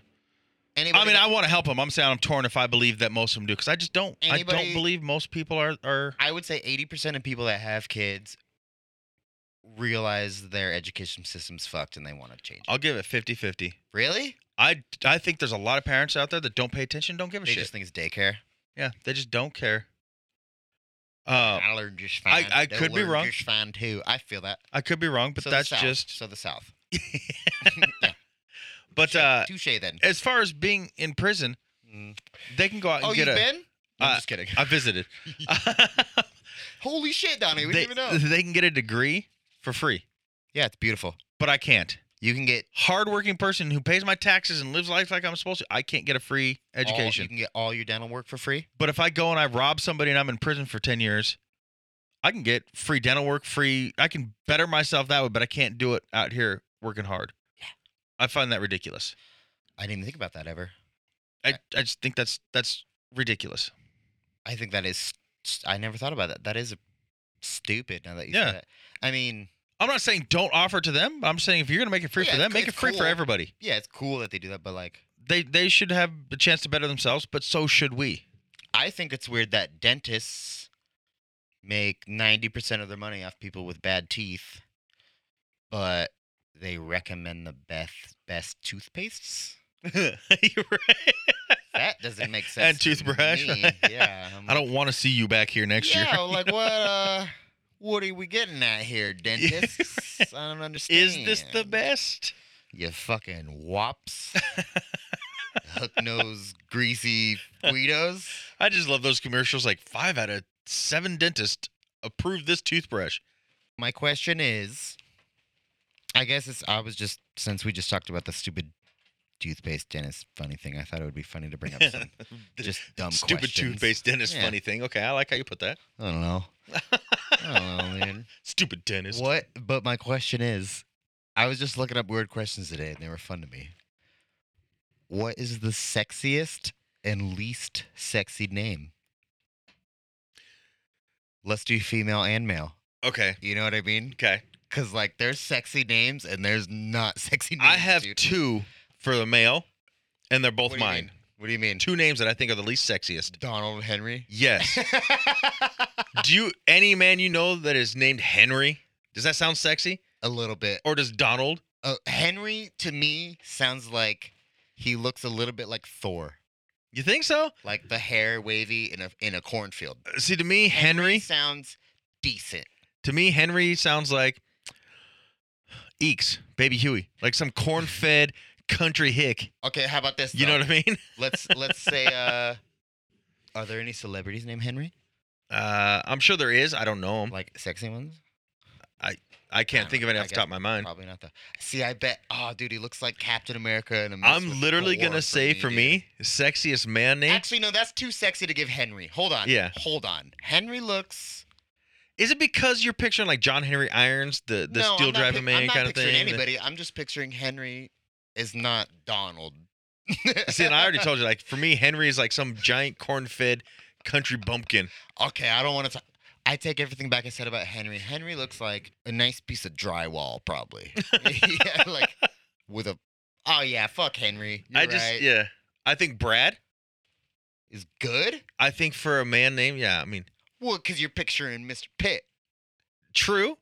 E: Anybody
F: I mean,
E: that-
F: I want to help them. I'm saying I'm torn if I believe that most of them do, because I just don't. I
E: Anybody-
F: don't believe most people are are.
E: I would say 80% of people that have kids realize their education system's fucked and they want to change it.
F: I'll give it 50-50.
E: Really?
F: I, I think there's a lot of parents out there that don't pay attention, don't give a
E: They
F: Oh, shit.
E: just think it's daycare.
F: yeah, they just don't care. Uh,
E: I learned just
F: I-
E: fine.
F: I
E: They
F: could be
E: learned
F: wrong.
E: Just fine too. I feel that.
F: I could be wrong, but
E: So the
F: that's
E: South.
F: just.
E: so the South.
F: But uh,
E: touche then.
F: as far as being in prison,
E: Mm.
F: they can go out and
E: Oh, you've
F: get a.
E: been? No,
F: uh,
E: I'm just kidding.
F: I visited.
E: Holy shit, Donnie, we
F: they,
E: didn't even know.
F: they can get a degree for free,
E: Yeah, it's beautiful.
F: but I can't.
E: You can get
F: Hardworking person who pays my taxes and lives life like I'm supposed to, I can't get a free
E: all-
F: education.
E: you can get all your dental work for free.
F: But if I go and I rob somebody and I'm in prison for 10 years, I can get free dental work, free. I can better myself that way, but I can't do it out here working hard. Yeah. I find that ridiculous.
E: I didn't even think about that ever.
F: I, I just think that's that's ridiculous.
E: I think that is. st- I never thought about that. That is stupid. Now that you
F: Yeah.
E: say that, I mean,
F: I'm not saying don't offer it to them. but I'm saying if you're going to make it free
E: Yeah,
F: for them,
E: it's-
F: make it
E: it's
F: free
E: cool.
F: for everybody.
E: yeah, it's cool that they do that, but like,
F: They they should have the chance to better themselves, but so should we.
E: I think it's weird that dentists make ninety percent of their money off people with bad teeth, but they recommend the best best toothpastes.
F: You're right.
E: That doesn't make sense.
F: And
E: to
F: toothbrush.
E: me. Yeah. I'm
F: I
E: like,
F: don't want to see you back here next
E: yeah,
F: year.
E: like what? Uh, what are we getting at here, dentists? I don't understand.
F: Is this the best?
E: You fucking wops. Hook nose, greasy Guidos.
F: I just love those commercials. Like five out of seven dentists approve this toothbrush.
E: My question is I guess it's, I was just, since we just talked about the stupid toothpaste dentist funny thing, I thought it would be funny to bring up some just dumb
F: Stupid
E: questions.
F: toothpaste dentist
E: Yeah.
F: funny thing. Okay, I like how you put that.
E: I don't know. I don't know, man.
F: Stupid dentist.
E: What? But my question is, I was just looking up weird questions today, and they were fun to me. What is the sexiest and least sexy name? Let's do female and male.
F: Okay.
E: You know what I mean?
F: Okay.
E: Cause like there's sexy names and there's not sexy names.
F: I have
E: dude.
F: two for the male, and they're both
E: What do you
F: mine.
E: mean? What do you mean?
F: Two names that I think are the least sexiest.
E: Donald Henry.
F: Yes. Do you any man you know that is named Henry? Does that sound sexy?
E: A little bit.
F: Or does Donald?
E: Uh, Henry to me sounds like he looks a little bit like Thor.
F: You think so?
E: like the hair wavy in a in a cornfield.
F: See, to me, Henry.
E: sounds decent.
F: To me, Henry sounds like Eeks, Baby Huey, like some corn-fed country hick.
E: Okay, how about this?
F: You know
E: though?
F: what I mean?
E: let's let's say. uh Are there any celebrities named Henry?
F: Uh, I'm sure there is. I don't know him.
E: Like sexy ones?
F: I
E: I
F: Um, can't
E: don't
F: think of any
E: know.
F: off
E: I
F: the
E: guess
F: top of my mind.
E: Probably not. The see, I bet. Oh, dude, he looks like Captain America. And a mess with
F: I'm literally
E: Thor
F: gonna say for
E: dude.
F: me, sexiest man name.
E: Actually, no, that's too sexy to give Henry. Hold on.
F: Yeah.
E: Hold on. Henry looks.
F: Is it because you're picturing like John Henry Irons, the the
E: no,
F: steel
E: I'm not
F: driving
E: pic-
F: man
E: I'm not
F: kind of
E: picturing
F: thing?
E: Anybody. I'm just picturing Henry is not Donald.
F: See, and I already told you, like for me, Henry is like some giant corn-fed country bumpkin.
E: Okay, I don't want to talk. I take everything back I said about Henry. Henry looks like a nice piece of drywall, probably. yeah, like with a. Oh yeah, fuck Henry. You're
F: I just,
E: right.
F: yeah. I think Brad.
E: is good.
F: I think for a man name, yeah. I mean,
E: Well, because you're picturing Mr. Pitt.
F: true.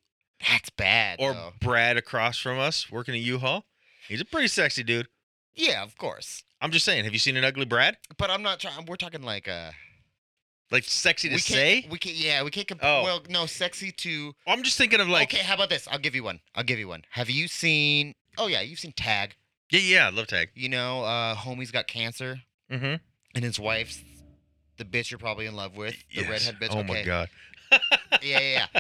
E: That's bad.
F: Or
E: though.
F: Brad across from us working at U-Haul. He's a pretty sexy dude.
E: yeah, of course.
F: I'm just saying. Have you seen an ugly Brad?
E: But I'm not trying. We're talking like uh.
F: Like sexy
E: We
F: to
E: can't.
F: say?
E: We can't. Yeah, we can't. Comp-
F: Oh.
E: Well, no, sexy to.
F: I'm just thinking of like.
E: okay, how about this? I'll give you one. I'll give you one. Have you seen oh yeah, you've seen Tag.
F: Yeah, yeah, I love tag.
E: You know, uh, homie's got cancer,
F: Mm-hmm.
E: and his wife's the bitch you're probably in love with, the redhead bitch.
F: Oh
E: okay.
F: my god.
E: yeah, yeah, yeah.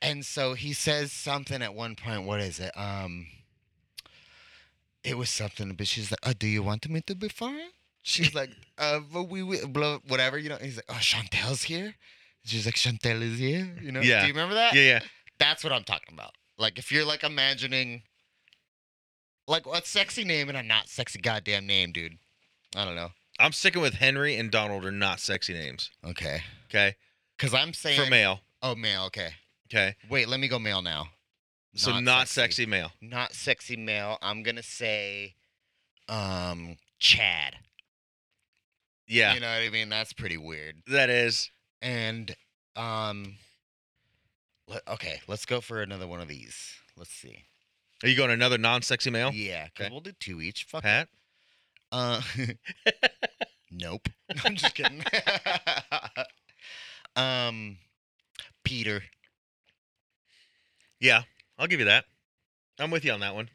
E: And so he says something at one point. What is it? Um, it was something. But she's like, "Oh, do you want me to be fine?" She's like, "Uh, but we, we blah, whatever, you know." He's like, "Oh, Chantel's here." She's like, "Chantel is here." You know?
F: Yeah.
E: Do you remember that?
F: Yeah, yeah.
E: That's what I'm talking about. Like, if you're like imagining, like a sexy name and a not sexy goddamn name, dude. I don't know.
F: I'm sticking with Henry and Donald are not sexy names.
E: Okay.
F: Okay.
E: Cause I'm saying.
F: For male.
E: Oh, male. Okay.
F: Okay.
E: Wait, let me go male now.
F: So
E: Not
F: not,
E: sexy.
F: sexy. male.
E: not sexy male. I'm gonna say, um, Chad.
F: Yeah.
E: You know what I mean? That's pretty weird.
F: that is.
E: And um, let, okay, let's go for another one of these. Let's see.
F: Are you going another non sexy male?
E: Yeah, because
F: Oh, Okay.
E: we'll do two each. Fuck. it.
F: Pat?
E: Uh, nope. I'm just kidding. um, Peter.
F: Yeah. I'll give you that. I'm with you on that one.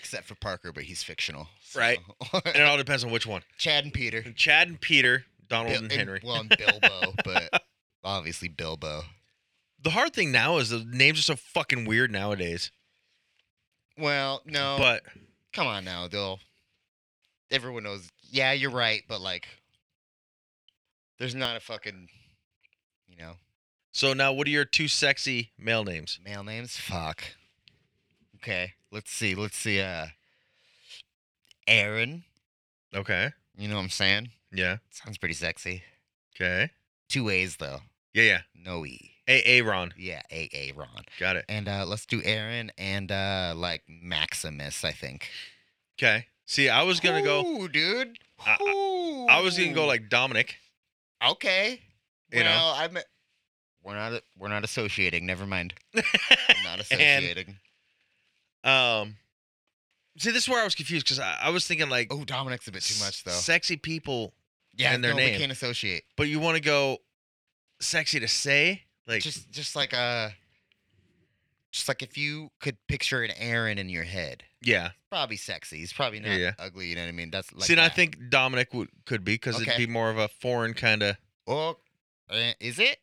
E: Except for Parker, but he's fictional.
F: Right.
E: so.
F: And it all depends on which one.
E: Chad and Peter.
F: Chad and Peter, Donald
E: Bil-
F: and Henry.
E: well, and Bilbo, but obviously Bilbo.
F: the hard thing now is the names are so fucking weird nowadays.
E: Well, no,
F: But
E: come on now, they'll. Everyone knows. Yeah, you're right, but like, there's not a fucking, you know,
F: so now what are your two sexy male names?
E: male names. Fuck. Okay, let's see. Let's see. Uh, Aaron.
F: Okay.
E: You know what I'm saying?
F: Yeah.
E: Sounds pretty sexy.
F: Okay.
E: Two A's though.
F: Yeah, yeah.
E: No E.
F: A Aaron.
E: Yeah, A A Ron.
F: Got it.
E: And uh, let's do Aaron and uh, like Maximus, I think.
F: Okay. See, I was gonna go
E: Ooh, dude.
F: I- I was gonna go
E: Ooh.
F: like Dominic.
E: Okay.
F: You know?
E: well, I'm. We're not. We're not associating. Never mind. I'm not associating.
F: Um See, this is where I was confused because I, I was thinking like
E: oh, Dominic's a bit too much though.
F: Sexy people,
E: yeah,
F: and their
E: no, we
F: name.
E: can't associate.
F: but you want to go sexy to say? Like
E: Just, just like uh Just like if you could picture an Aaron in your head,
F: yeah.
E: probably sexy. He's probably
F: Yeah,
E: not
F: yeah.
E: ugly. You know what I mean? That's like.
F: See, and I
E: that.
F: think Dominic would, could be because it'd
E: Okay.
F: be more of a foreign kind of.
E: Oh, eh, is it?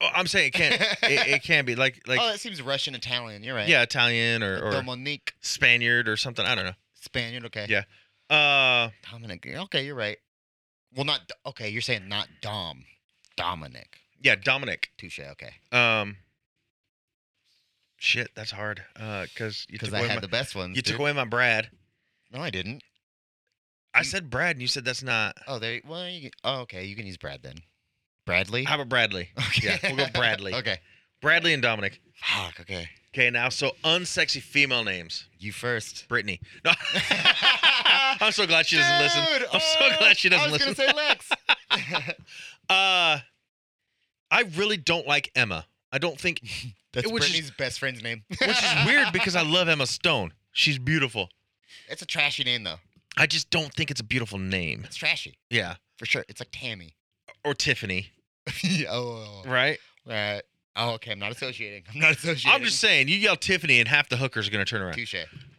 F: Oh, I'm saying it can't. it, it can be like like
E: oh, that seems Russian Italian. You're right.
F: yeah, Italian or, or
E: Dominique
F: Spaniard or something. I don't know.
E: Spaniard. Okay.
F: Yeah. Uh,
E: Dominic. eh, Okay, you're right. Well, not D- okay. You're saying not Dom. Dominic.
F: yeah, Dominic.
E: Touche. Okay.
F: Um, shit, that's hard. Uh, because you
E: Because
F: took
E: I
F: away
E: had
F: my,
E: the best ones.
F: you took
E: dude.
F: away my Brad.
E: No, I didn't.
F: I
E: You-
F: said Brad, and you said that's not.
E: Oh, there. Well, you can, oh, okay. You can use Brad then. Bradley.
F: How about Bradley?
E: okay.
F: yeah, we'll go Bradley.
E: okay.
F: Bradley and Dominic.
E: Fuck. Okay.
F: Okay, now so unsexy female names.
E: You first.
F: Brittany. No. I'm so glad she doesn't listen.
E: Dude, oh,
F: I'm so glad she doesn't
E: I was
F: listen.
E: gonna say Lex.
F: Uh, I really don't like Emma. I don't think,
E: That's
F: Which is-
E: Brittany's best friend's name.
F: which is weird because I love Emma Stone. She's beautiful.
E: it's a trashy name though.
F: I just don't think it's a beautiful name.
E: It's trashy
F: Yeah.
E: for sure. It's like Tammy.
F: Or Tiffany.
E: oh.
F: Right?
E: Right. Oh, okay. I'm not associating. I'm not associating.
F: I'm just saying, you yell Tiffany and half the hookers are going to turn around.
E: Touche.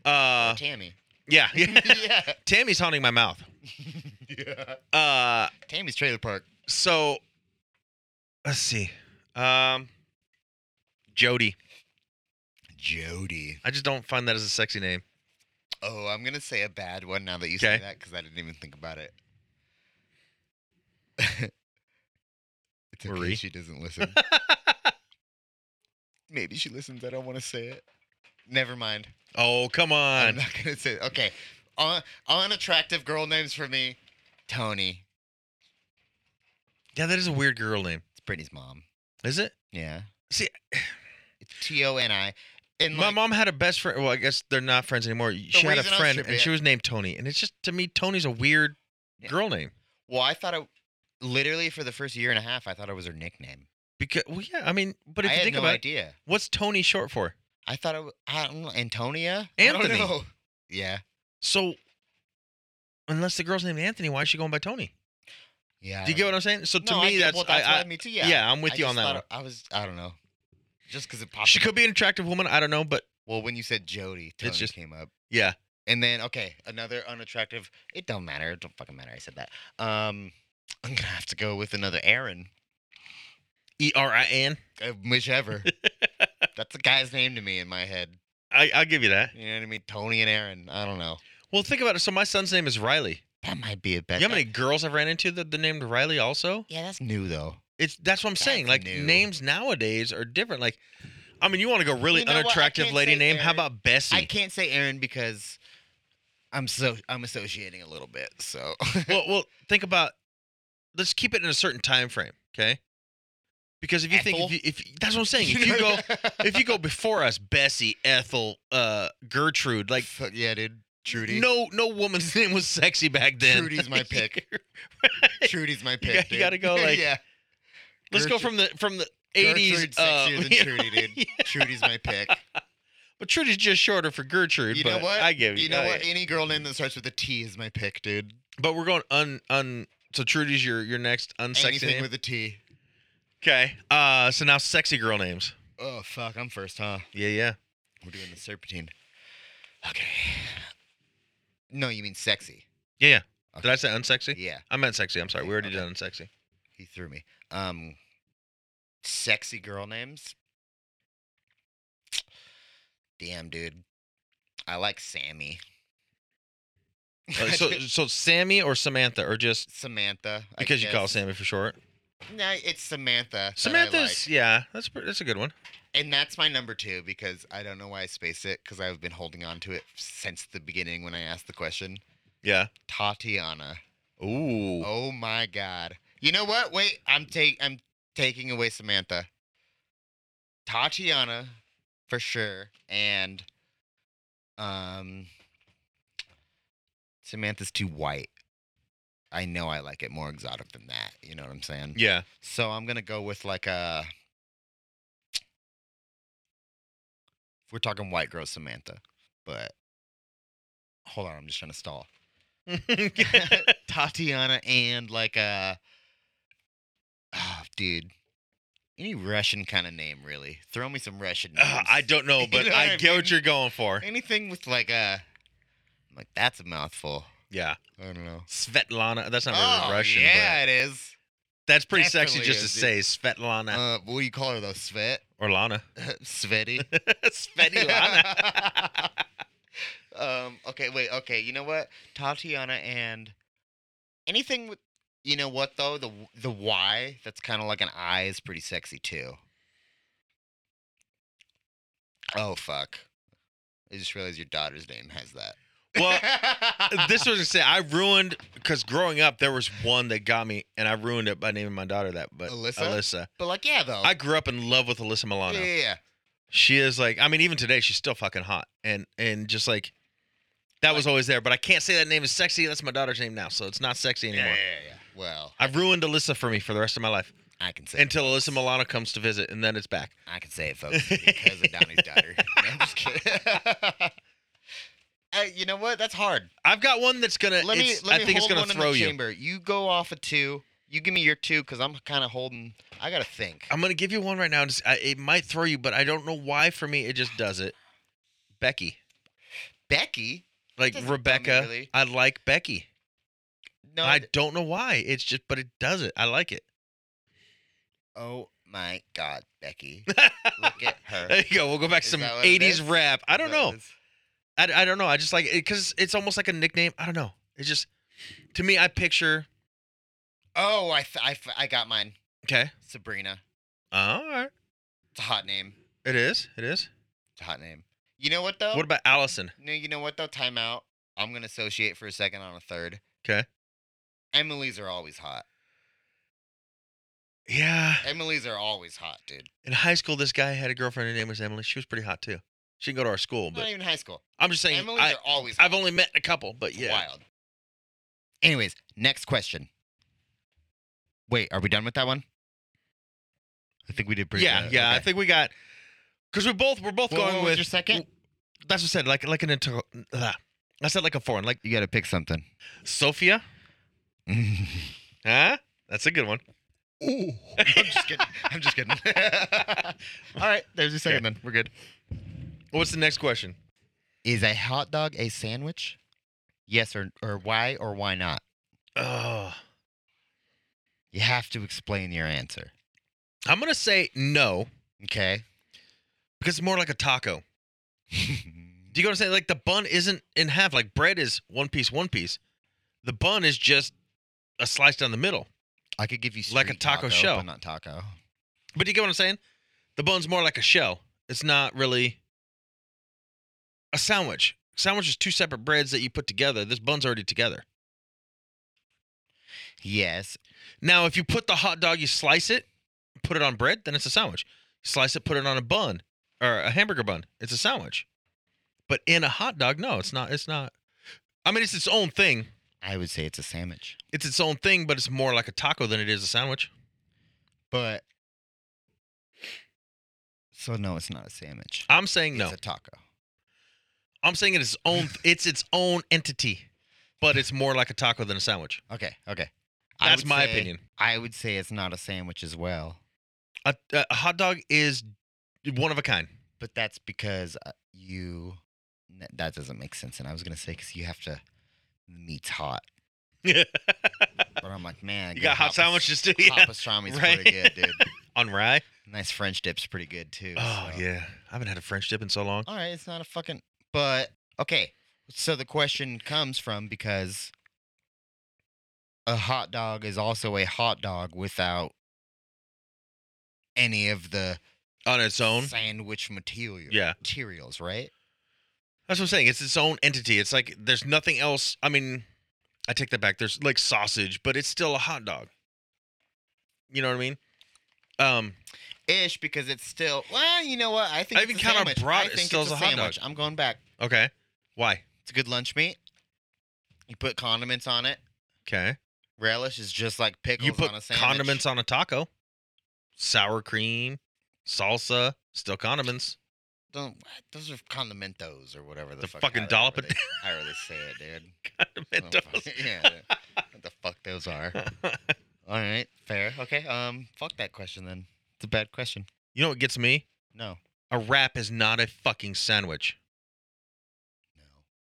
F: Uh,
E: Or Tammy.
F: yeah.
E: yeah.
F: Tammy's haunting my mouth.
E: yeah.
F: Uh,
E: Tammy's trailer park.
F: so let's see. Um, Jody.
E: Jody.
F: I just don't find that as a sexy name.
E: Oh, I'm gonna say a bad one now that you say
F: Okay.
E: that because I didn't even think about it. it's okay.
F: Marie?
E: She doesn't listen. Maybe she listens. I don't want to say it. Never mind.
F: Oh, come
E: I'm
F: on.
E: not gonna say. It. Okay. Un- unattractive girl names for me. Tony.
F: Yeah, that is a weird girl name.
E: It's Brittany's mom.
F: Is it?
E: Yeah.
F: See-
E: It's T O N I. And
F: my
E: like,
F: mom had a best friend. Well, I guess they're not friends anymore. She had
E: reason
F: a
E: I was
F: friend,
E: tripping-
F: and she was named Tony. And it's just to me, Tony's a weird
E: Yeah.
F: girl name
E: Well, I thought it. Literally for the first year and a half, I thought it was her nickname.
F: because well, yeah, I mean, but if
E: I
F: you
E: had
F: think
E: no
F: about it,
E: idea.
F: what's Tony short for?
E: I thought it was I don't know, Antonia. I
F: Anthony.
E: don't know. Yeah,
F: So unless the girl's named Anthony, why is she going by Tony?
E: yeah. I
F: Do you
E: don't
F: get what I'm saying? So to
E: know. No, I
F: me,
E: get-
F: that's,
E: well, that's
F: I,
E: what
F: I-
E: I mean too.
F: yeah.
E: Yeah,
F: I'm with
E: I
F: you on
E: just
F: that
E: thought
F: one.
E: it- I was. I don't know. Just because it popped.
F: She
E: up.
F: could be an attractive woman. I don't know, but
E: Well, when you said Jody, Tony
F: just-
E: came up.
F: Yeah.
E: And then okay, another unattractive. It don't matter. It don't fucking matter. I said that. Um, I'm gonna have to go with another Aaron,
F: E R I N.
E: uh, whichever. That's a guy's name to me in my head.
F: I I'll give you that.
E: You know what I mean? Tony and Aaron. I don't know.
F: Well, think about it. So my son's name is Riley.
E: That might be a
F: You
E: bet.
F: know how many girls I've ran into that the named Riley also?
E: Yeah, that's new though.
F: It's that's what I'm saying.
E: That's
F: Like
E: new.
F: names nowadays are different. Like, I mean, you want to go really
E: You know what? I
F: unattractive
E: can't
F: lady
E: say
F: name? How
E: Aaron.
F: about Bessie?
E: I can't say Aaron because I'm so I'm associating a little bit. So
F: well, well, think about. Let's keep it in a certain time frame, okay? Because if you think
E: Ethel?
F: if, you, if that's what I'm saying, if you go if you go before us, Bessie, Ethel, uh, Gertrude, like
E: Fuck yeah, dude, Trudy.
F: no no woman's name was sexy back then.
E: Trudy's my pick. Trudy's my pick.
F: got- you
E: dude.
F: gotta go, like,
E: yeah.
F: Let's go
E: Gertrude-
F: from the from the 80s.
E: Gertrude's
F: Uh,
E: sexier than
F: you know,
E: Trudy, dude.
F: yeah.
E: Trudy's my pick.
F: But Trudy's just shorter for Gertrude.
E: You
F: but
E: know what?
F: I give you.
E: You know
F: I-
E: what? Any girl name that starts with a T is my pick, dude.
F: But we're going un un. So Trudy's your your next unsexy
E: Anything
F: name.
E: with a T.
F: okay. Uh. So now sexy girl names.
E: Oh fuck, I'm first, huh?
F: Yeah. Yeah.
E: We're doing the serpentine. Okay. No, you mean sexy.
F: Yeah. Yeah.
E: Okay.
F: Did I say unsexy?
E: Yeah,
F: I meant sexy. I'm sorry. We already
E: Okay.
F: did unsexy.
E: he threw me. Um, sexy girl names. Damn, dude. I like Sammy.
F: Uh, so so Sammy or Samantha or just
E: Samantha. I
F: because you call
E: guess.
F: Sammy for short.
E: No, it's Samantha. that I like.
F: Samantha's yeah. That's pr- that's a good one.
E: And that's my number two because I don't know why I spaced it because I've been holding on to it since the beginning when I asked the question.
F: Yeah.
E: Tatiana.
F: Ooh.
E: Oh my God. You know what? Wait, I'm take I'm taking away Samantha. Tatiana, for sure, and um, Samantha's too white. I know I like it more exotic than that. You know what I'm saying?
F: Yeah.
E: So I'm gonna go with like uh, a. We're talking white girl Samantha, but hold on, I'm just trying to stall. Tatiana and like a. Oh, dude. Any Russian kind of name, really? Throw me some Russian names.
F: Uh, I don't know,
E: You
F: but
E: know
F: I,
E: what I
F: get
E: mean?
F: what you're going for.
E: Anything with like a. I'm like, that's a mouthful.
F: Yeah.
E: I don't know.
F: Svetlana. That's not
E: Oh,
F: really Russian.
E: yeah,
F: But
E: it is.
F: that's pretty sexy
E: Definitely
F: just
E: is,
F: to
E: dude.
F: say Svetlana
E: Uh, what do you call her though? Svet?
F: or Lana.
E: Svetty?
F: Svetlana.
E: um, okay, wait, okay. You know what? Tatiana and anything with you know what though? The the Y that's kind of like an I is pretty sexy too. Oh fuck. I just realized your daughter's name has that.
F: well, this was to say I ruined because growing up there was one that got me, and I ruined it by naming my daughter that. But
E: Alyssa? Oh.
F: Alyssa.
E: But like yeah though.
F: I grew up in love with Alyssa
E: yeah,
F: Milano.
E: yeah, yeah.
F: She is like, I mean, even today she's still fucking hot, and and just like that was always there. But I can't say that name is sexy. That's my daughter's name now, so it's not sexy
E: Yeah,
F: anymore.
E: yeah, yeah. Well,
F: I've ruined Alyssa for me for the rest of my life
E: I can say
F: until
E: it, folks.
F: Alyssa Milano comes to visit, and then it's back.
E: I can say it, folks, because of Donnie's daughter. No, I'm just kidding. Uh, you know what? That's hard.
F: I've got one that's gonna.
E: Let me.
F: Uh, it's-
E: Let me
F: I think it's
E: hold
F: gonna
E: one
F: throw
E: in the
F: you.
E: chamber. You go off a two. You give me your two because I'm kind of holding. I gotta think.
F: I'm gonna give you one right now. Just, I, it might throw you, but I don't know why. For me, it just does it. Becky,
E: Becky.
F: like
E: Doesn't throw me,
F: Rebecca,
E: really.
F: I like Becky.
E: No.
F: I
E: th-
F: don't know why. It's just, but it does it. I like it.
E: oh my God, Becky. Look at her.
F: There you go. We'll go back to
E: Is
F: some
E: that what it is?
F: '80s rap. I don't
E: Is that
F: know.
E: what it is?
F: I, I don't know. I just like it because it's almost like a nickname. I don't know. It's just to me. I picture.
E: Oh, I, th- I, f- I got mine.
F: Okay.
E: Sabrina.
F: All right.
E: It's a hot name.
F: It is. It is.
E: It's a hot name. You know what though?
F: What about Allison?
E: No, you know what though? Time out. I'm gonna associate for a second on a third.
F: 'Kay.
E: Emily's are always hot.
F: Yeah.
E: Emily's are always hot, dude.
F: In high school, this guy had a girlfriend. Her name was Emily. She was pretty hot too. She didn't go to our school,
E: Not
F: but
E: even high school.
F: I'm just saying.
E: Emily's
F: I,
E: are always hot.
F: I've only met a couple, but
E: It's
F: yeah.
E: wild. Anyways, next question. Wait, are we done with that one? I think we did pretty
F: Yeah,
E: good.
F: yeah. I
E: Okay.
F: think we got because we both we're both
E: What-
F: going
E: what was
F: with
E: your second?
F: That's what I said. Like like an inter. Uh, I said like a foreign like
E: you gotta pick something.
F: Sophia. Huh? That's a good one.
E: Ooh. I'm just kidding. I'm just kidding. All right, there's your second then. We're good.
F: What's the next question?
E: Is a hot dog a sandwich? Yes or or why or why not?
F: Ugh.
E: You have to explain your answer.
F: I'm gonna say no
E: Okay.
F: because it's more like a taco. Do you go to say like the bun isn't in half? Like bread is one piece, one piece. The bun is just a slice down the middle.
E: I could give you
F: Like a
E: street
F: taco shell.
E: but not taco.
F: But do you get what I'm saying? The bun's more like a shell. It's not really a sandwich. Sandwich is two separate breads that you put together. This bun's already together.
E: Yes.
F: Now, if you put the hot dog, you slice it, put it on bread, then it's a sandwich. Slice it, put it on a bun or a hamburger bun. It's a sandwich. But in a hot dog, no, it's not. It's not. I mean, it's its own thing.
E: I would say it's a sandwich.
F: It's its own thing, but it's more like a taco than it is a sandwich.
E: But so no, it's not a sandwich.
F: I'm saying no.
E: It's a taco.
F: I'm saying it's its own. It's its own entity, but it's more like a taco than a sandwich.
E: Okay. Okay. I
F: That's
E: would
F: my
E: say-
F: opinion.
E: I would say it's not a sandwich as well.
F: A, a hot dog is one of a kind.
E: But that's because uh, you. n- That doesn't make sense. And I was gonna say because you have to. The meat's hot.
F: you
E: But I'm like, man, good
F: got hot sandwiches too. Yeah.
E: Hot pastrami's
F: right.
E: pretty good, dude.
F: On rye.
E: Nice French dip's pretty good too.
F: Oh
E: so.
F: yeah. I haven't had a French dip in so long.
E: All right, it's not a fucking. But okay, so the question comes from because a hot dog is also a hot dog without any of the
F: On its own.
E: sandwich material.
F: Yeah.
E: materials, right?
F: That's what I'm saying. It's its own entity. It's like there's nothing else. I mean, I take that back. There's like sausage, but it's still a hot dog. You know what I mean? Um,
E: Ish, because it's still. Well, you know what? I think
F: I
E: it's
F: even
E: a
F: kinda
E: sandwich.
F: brought
E: I
F: it
E: think
F: still
E: it's
F: as
E: a
F: a hot dog.
E: sandwich. I'm going back.
F: okay. Why?
E: It's a good lunch meat. You put condiments on it.
F: Okay.
E: Relish is just like pickles
F: You put
E: on a sandwich.
F: condiments on a taco. Sour cream, salsa, still condiments.
E: Don't, those are condimentos or whatever the,
F: The
E: fuck.
F: fucking
E: however
F: dollop-
E: they- however they say it, dude.
F: Condimentos.
E: yeah, yeah. what the fuck those are. All right, fair. Okay. Um, fuck that question then. It's a bad question.
F: you know what gets me?
E: No,
F: A wrap is not a fucking sandwich.
E: no.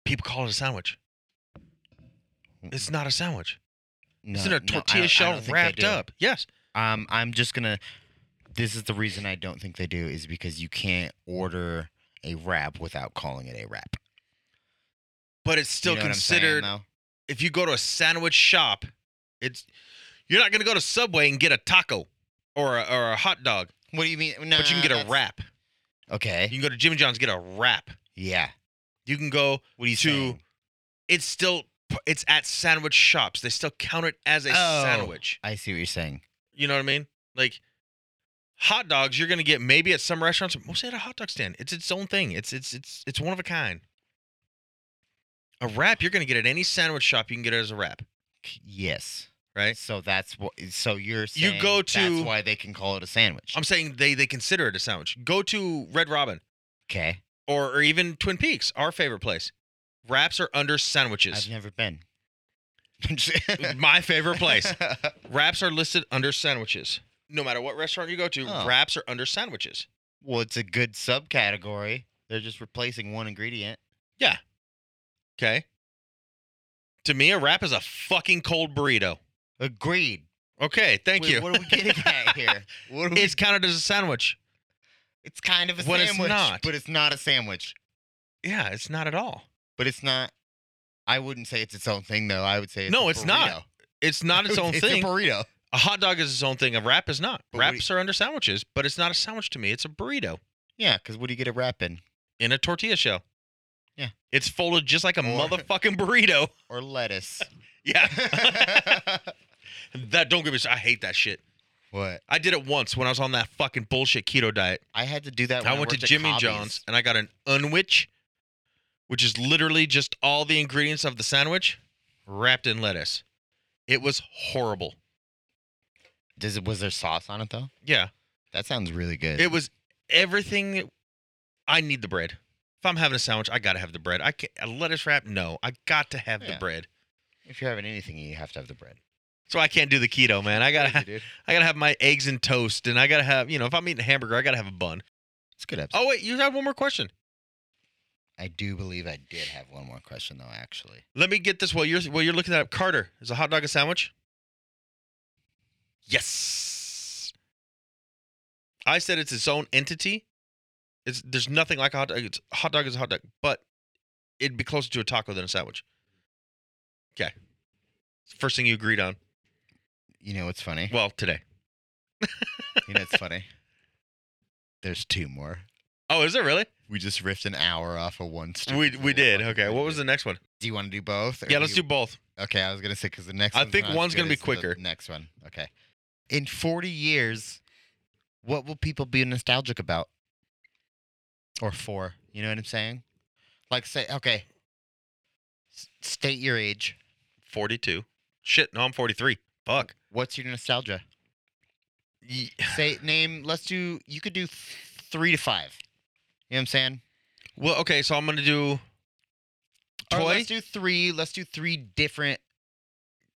F: People call it a sandwich. It's not a sandwich.
E: no
F: it's in
E: no, I
F: a
E: don't- I
F: tortilla shell
E: don't think they
F: wrapped
E: do.
F: up. Yes.
E: Um, I'm just gonna. This is the reason I don't think they do is because you can't order a wrap without calling it a wrap.
F: But it's
E: You
F: still
E: know what I'm saying,
F: considered
E: though?
F: if you go to a sandwich shop, it's you're not gonna go to Subway and get a taco or a, or a hot dog,
E: What do you mean? No,
F: but you can get a wrap.
E: Okay.
F: You can go to Jimmy John's get a wrap.
E: yeah.
F: You can go.
E: What do you
F: to
E: saying?
F: It's still it's at sandwich shops. They still count it as a
E: Oh.
F: sandwich.
E: I see what you're saying.
F: You know what I mean? Like hot dogs, you're gonna get maybe at some restaurants, mostly at a hot dog stand. It's its own thing. It's it's it's it's one of a kind. A wrap, you're gonna get at any sandwich shop. You can get it as a wrap,
E: K- Yes.
F: right?
E: So that's what. So you're
F: You
E: saying
F: go to-
E: that's why they can call it a sandwich.
F: I'm saying they they consider it a sandwich. Go to Red Robin
E: okay.
F: or, or even Twin Peaks, our favorite place. Wraps are under
E: I've
F: sandwiches.
E: never been.
F: My favorite place. Wraps are listed under sandwiches. No matter what restaurant you go to,
E: Huh.
F: wraps are under sandwiches.
E: well, it's a good subcategory. They're just replacing one ingredient.
F: Okay. To me, a wrap is a fucking cold burrito.
E: Agreed.
F: Okay, thank
E: Wait,
F: you.
E: What are we getting at here? What are we,
F: it's counted as a sandwich.
E: it's kind of a
F: when it's
E: sandwich,
F: not.
E: but it's not a sandwich.
F: Yeah, it's not at all.
E: But it's not. I wouldn't say it's its own thing though. I would say it's
F: No,
E: a
F: it's not.
E: burrito.
F: It's not its own thing.
E: a burrito.
F: a hot dog is its own thing. A wrap is not.
E: But what do you-
F: Wraps are under sandwiches, but it's not a sandwich to me. It's a burrito
E: Yeah, because what do you get a wrap in?
F: in a tortilla shell.
E: Yeah.
F: It's folded just like a
E: Or-
F: motherfucking burrito.
E: Or lettuce.
F: Yeah. that don't get me. I hate that shit.
E: what?
F: I did it once when I was on that fucking bullshit keto diet.
E: I had to do that. When I,
F: I went to
E: worked at
F: Jimmy
E: Cobby's.
F: John's and I got an unwich, which is literally just all the ingredients of the sandwich wrapped in lettuce. It was horrible.
E: Does it? Was there sauce on it though?
F: Yeah.
E: That sounds really good.
F: It was everything. that- I need the bread. If I'm having a sandwich, I got to have the bread. I can't, a lettuce wrap? No, I got to have the
E: Yeah.
F: bread.
E: if you're having anything, you have to have the bread.
F: So I can't do the keto, man. I gotta,
E: Crazy,
F: ha-
E: dude.
F: I gotta have my eggs and toast, and I gotta have, you know, if I'm eating a hamburger, I gotta have a bun.
E: It's a good episode.
F: Oh wait, you had one more question.
E: I do believe I did have one more question though, actually.
F: Let me get this while you're while you're looking that up. Carter, is a hot dog a sandwich? Yes. I said it's its own entity. It's there's nothing like a hot dog. It's, a hot dog is a hot dog, but it'd be closer to a taco than a sandwich. Okay. First thing you agreed on.
E: You know what's funny?
F: Well, today.
E: You know what's funny? There's two more.
F: Oh, is it really?
E: We just riffed an hour off of one. stupid
F: We
E: little
F: we did.
E: fucking
F: Okay. What
E: thing.
F: was the next one?
E: Do you want to do both? or
F: Yeah, let's
E: you-
F: do both.
E: Okay, I was gonna say because the next.
F: I
E: one's
F: think
E: not as
F: one's gonna
E: good
F: be
E: as the
F: quicker.
E: next one. Okay. In 40 years, what will people be nostalgic about? Or for? You know what I'm saying? Like say, okay. S- state your age.
F: 42. Shit, no, I'm 43. Fuck.
E: What's your nostalgia?
F: Ye-
E: Say name. Let's do. You could do th- three to five. You know what I'm saying?
F: Well, okay, so I'm going to do
E: Or
F: toy
E: let's do three. Let's do three different.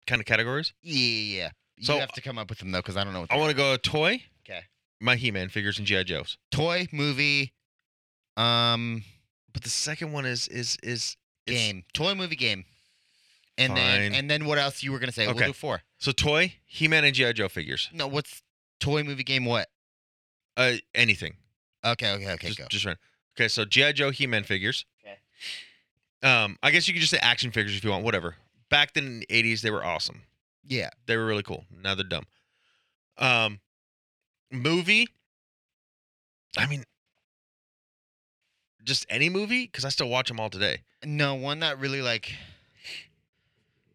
F: kind of categories.
E: Yeah, yeah. yeah. You
F: So-
E: have to come up with them though, because I don't know. What
F: I
E: they
F: want to go toy.
E: Okay.
F: My He-Man figures and GI Joes.
E: toy movie. Um.
F: But the second one is is is it's-
E: game, toy movie game, and then
F: Fine.
E: and then what else you were gonna say?
F: Okay.
E: We'll do four.
F: So toy, He-Man and GI Joe figures.
E: No, what's toy movie game? What?
F: Uh, anything.
E: Okay, okay, okay,
F: just,
E: go.
F: just run. Okay, so GI Joe, He-Man figures.
E: Okay.
F: Um, I guess you could just say action figures if you want. Whatever. Back then in the '80s, they were awesome.
E: yeah,
F: They were really cool. Now they're dumb. Um, movie. I mean, just any movie because I still watch them all today.
E: no one that really like.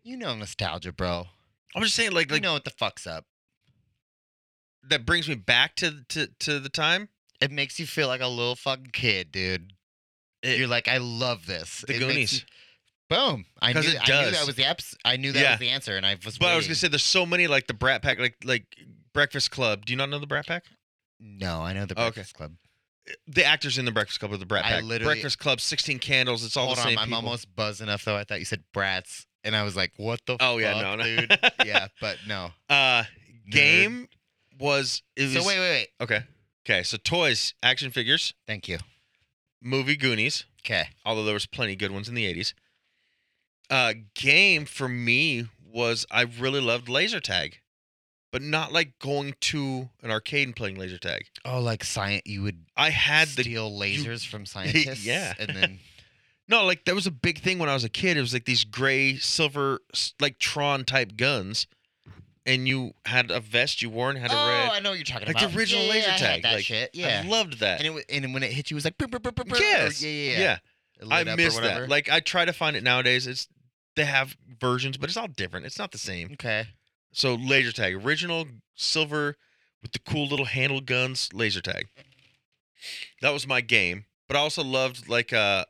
E: You know nostalgia, bro.
F: I'm just saying, like,
E: You
F: like
E: know what the fucks up.
F: that brings me back to to to the time.
E: It makes you feel like a little fucking kid, dude.
F: It-
E: You're like, I love this.
F: The
E: It makes
F: Goonies.
E: you- boom! I knew,
F: 'Cause it
E: I knew that
F: does.
E: was the eps- I knew that
F: Yeah.
E: was the answer, and I was.
F: But I was gonna
E: waiting.
F: say, there's so many like the Brat Pack, like like Breakfast Club. Do you not know the Brat Pack?
E: no. I know the
F: Okay.
E: Breakfast Club.
F: The actors in the Breakfast Club are the Brat
E: I
F: Pack.
E: literally-
F: Breakfast Club, Sixteen Candles. It's all
E: Hold
F: the
E: on,
F: same
E: I'm
F: people.
E: almost buzzed enough though. I thought you said brats, and I was like, "What the?
F: Oh yeah,
E: fuck,
F: no, no.
E: dude." yeah, but no.
F: Uh,
E: Nerd.
F: game was it was
E: So wait, wait, wait.
F: okay. Okay, so toys, action figures,
E: Thank you.
F: movie Goonies.
E: Okay.
F: Although there was plenty good ones in the '80s. Uh, game for me was I really loved laser tag, but not like going to an arcade and playing laser tag.
E: Oh, like science. You would
F: I had the
E: steal lasers from scientists.
F: Yeah.
E: And then
F: No, like that was a big thing when I was a kid. It was like these gray, silver, s- like Tron type guns, and you had a vest you wore and had a
E: oh,
F: red.
E: I know what you're talking
F: Like the
E: about.
F: original
E: yeah,
F: laser
E: yeah, I had
F: tag,
E: that
F: like,
E: shit. Yeah.
F: I loved that.
E: and it wa- and when it hit you, it was like. brr, brr, brr, brr, brr, or-
F: yes,
E: Yeah, yeah,
F: yeah.
E: It
F: I
E: lit up or
F: miss
E: whatever.
F: that. Like I try to find it nowadays. It's they have versions, but it's all different. It's not the same.
E: Okay.
F: So laser tag, original silver with the cool little handle guns, laser tag. That was my game, but I also loved like uh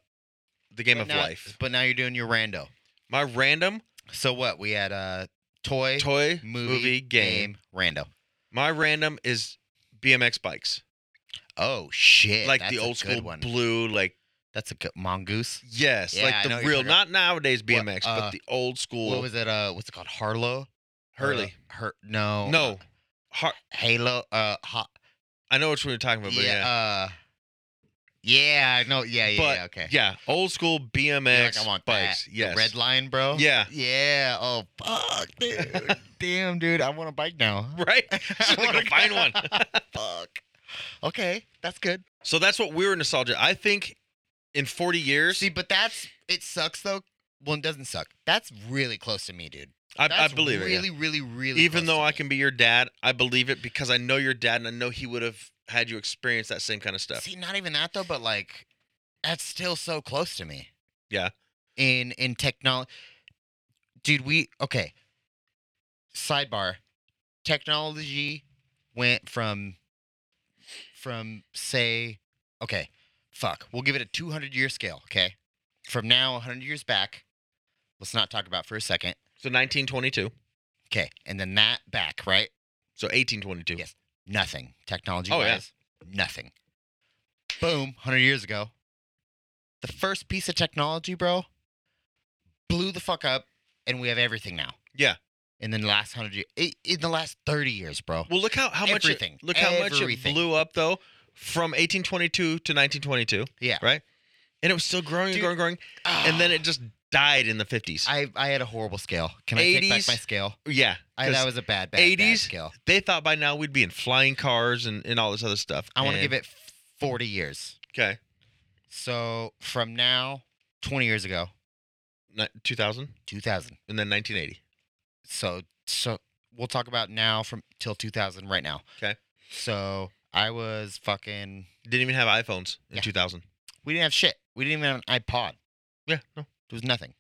F: the game
E: But
F: of
E: now-
F: life.
E: But now you're doing your rando.
F: My random
E: So what? We had uh, toy,
F: toy
E: movie,
F: game.
E: rando.
F: My random is BMX bikes,
E: Oh shit!
F: like
E: that's
F: the
E: a
F: old
E: good
F: school
E: one.
F: blue, like
E: That's a good mongoose.
F: yes,
E: Yeah, I
F: like
E: know
F: the
E: what you're
F: real,
E: talking
F: not nowadays BMX,
E: uh,
F: but the old school
E: What was it? Uh, what's it called? Harlow.
F: Hurley.
E: Uh, Hur- no.
F: no,
E: uh,
F: Har-
E: Halo. Uh. Ha-
F: I know which one you're talking about, but yeah,
E: yeah. Uh, yeah. No. Yeah. Yeah.
F: But,
E: yeah okay.
F: yeah, old school
E: You're
F: BMX
E: like, I want that.
F: bikes.
E: The
F: Yes,
E: Red line, bro.
F: Yeah.
E: Yeah. Oh fuck, dude. Damn, dude. I want a bike now.
F: right.
E: I
F: Just wanna
E: wanna
F: go find one.
E: fuck. Okay, that's good.
F: So that's what we were nostalgia. I think in 40 years,
E: See, but that's it sucks though. Well, it doesn't suck. That's really close to me, dude.
F: I, I
E: That's
F: believe it. yeah.
E: really, Really, really, really.
F: Even
E: close
F: though
E: to
F: I
E: me.
F: can be your dad, I believe it because I know your dad and I know he would have had you experience that same kind of stuff.
E: See, not even that though, but like that's still so close to me.
F: Yeah.
E: In in technology, dude. We okay. Sidebar: Technology went from from say okay, fuck. We'll give it a two hundred year scale. Okay, from now hundred years back. Let's not talk about for a second.
F: So 1922.
E: Okay, and then that back right.
F: So 1822.
E: Yes. Nothing. Technology
F: Oh, yeah.
E: wise, nothing. Boom, 100 years ago. The first piece of technology, bro, blew the fuck up, and we have everything now.
F: Yeah.
E: In the last 100 years, in the last 30 years, bro.
F: Well, look how, how much
E: Everything.
F: It, look how much
E: Everything.
F: it blew up though from 1822 to 1922.
E: Yeah.
F: Right. and it was still growing and
E: Dude.
F: growing, growing, and then it just died in the fifties.
E: I, I had a horrible scale. Can I take back
F: 80s?
E: my scale?
F: Yeah,
E: I, that
F: 'cause
E: was a bad, bad,
F: 80s?
E: bad scale.
F: they thought by now we'd be in flying cars and, and all this other stuff.
E: I want to
F: and-
E: give it 40 years.
F: okay,
E: So from now, 20 years ago,
F: two thousand
E: 2000.
F: and then nineteen eighty.
E: So so we'll talk about now from till 2000 right now.
F: 'Kay.
E: So I was fucking.
F: Didn't even have iPhones in
E: Yeah.
F: two thousand.
E: We didn't have shit. We didn't even have an iPod.
F: Yeah, no.
E: There was nothing.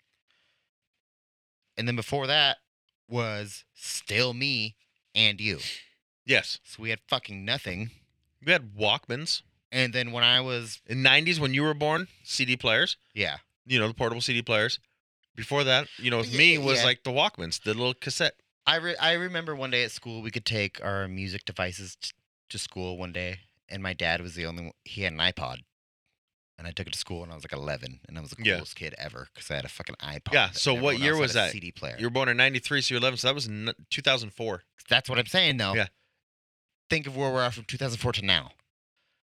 E: And then before that was still me and you.
F: Yes,
E: So we had fucking nothing.
F: we had Walkmans
E: And then when I was
F: in nineties when you were born. CD players,
E: yeah,
F: you know, the portable CD players. Before that, you know, with me
E: Yeah.
F: was like the Walkmans, the little cassette.
E: I re- I remember one day at school we could take our music devices t- to school one day, and my dad was the only one. He had an iPod, and I took it to school, and I was like 11, and I was the
F: Yeah.
E: coolest kid ever because I had a fucking iPod.
F: Yeah,
E: and
F: so what
E: everyone
F: year
E: else
F: was
E: had a
F: that?
E: CD player.
F: You were born in '93, so you're 11. So that was n- 2004.
E: That's what I'm saying though.
F: Yeah.
E: Think of where we're at from 2004 to now.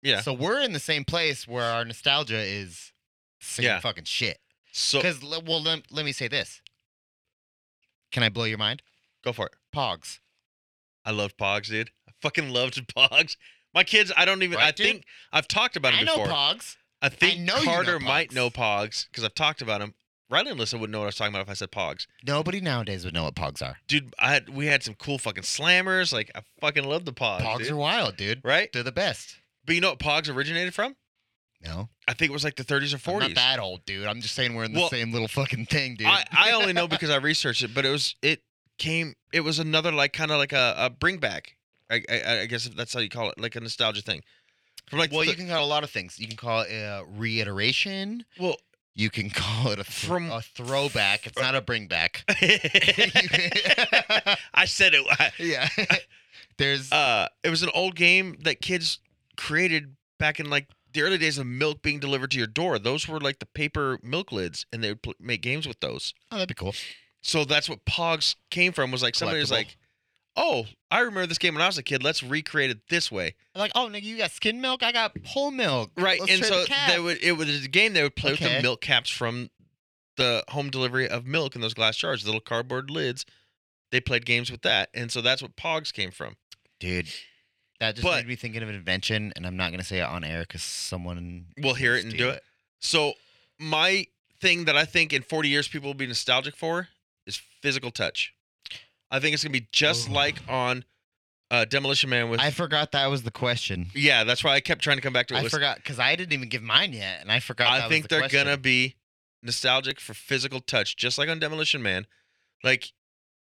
F: Yeah.
E: So we're in the same place where our nostalgia is same
F: Yeah.
E: fucking shit.
F: So
E: Because well, let, let me say this. Can I blow your mind?
F: go for it.
E: Pogs.
F: I loved Pogs, dude. I fucking loved Pogs. My kids, I don't even.
E: Right,
F: I
E: dude?
F: think I've talked about
E: I
F: them
E: know
F: before.
E: Pogs.
F: I think
E: know you know
F: Carter might
E: Pogs.
F: know Pogs because I've talked about them. Riley and Alyssa would know what I was talking about if I said Pogs.
E: Nobody nowadays would know what pogs are.
F: Dude, I had, we had some cool fucking slammers. Like I fucking loved the Pogs.
E: Pogs
F: dude.
E: are wild, dude.
F: right.
E: They're the best.
F: But you know what Pogs originated from?
E: No,
F: I think it was like the 30s or 40s.
E: I'm not that old, dude. I'm just saying we're in the
F: Well,
E: same little fucking thing, dude.
F: I, I only know because I researched it, but it was it came it was another like kind of like a, a bring back. I, I I guess if that's how you call it, like a nostalgia thing. From like
E: well,
F: the-
E: you can call it a lot of things. You can call it a reiteration.
F: well
E: You can call it a, th-
F: From-
E: a throwback. It's not a bring back.
F: I said it. I-
E: yeah. There's
F: Uh, it was an old game that kids created back in like the early days of milk being delivered to your door. Those were like the paper milk lids, and they would pl- make games with those.
E: oh, that'd be cool.
F: So that's what Pogs came from. Was like somebody was
E: Collectible.
F: like, "Oh, I remember this game when I was a kid. Let's recreate it this way."
E: Like, oh, nigga, you got skin milk. I got whole milk.
F: Right,
E: Let's
F: and
E: trade
F: so
E: the cat.
F: they would it was a game they would play with
E: Okay.
F: the milk caps from the home delivery of milk in those glass jars, the little cardboard lids. They played games with that, and so that's what Pogs came from.
E: dude. That just
F: But-
E: made me thinking of an invention, and I'm not gonna say it on air because someone
F: We'll hear
E: will
F: it and
E: steal
F: do it. So my thing that I think in 40 years people will be nostalgic for is physical touch. I think it's gonna be just
E: Ooh.
F: like on uh, Demolition Man with.
E: Oh. I forgot that was the question.
F: yeah, that's why I kept trying to come back to it.
E: I
F: was-
E: forgot because I didn't even give mine yet, and I forgot.
F: I
E: that was
F: think
E: the
F: they're
E: question.
F: gonna be nostalgic for physical touch, just like on Demolition Man. Like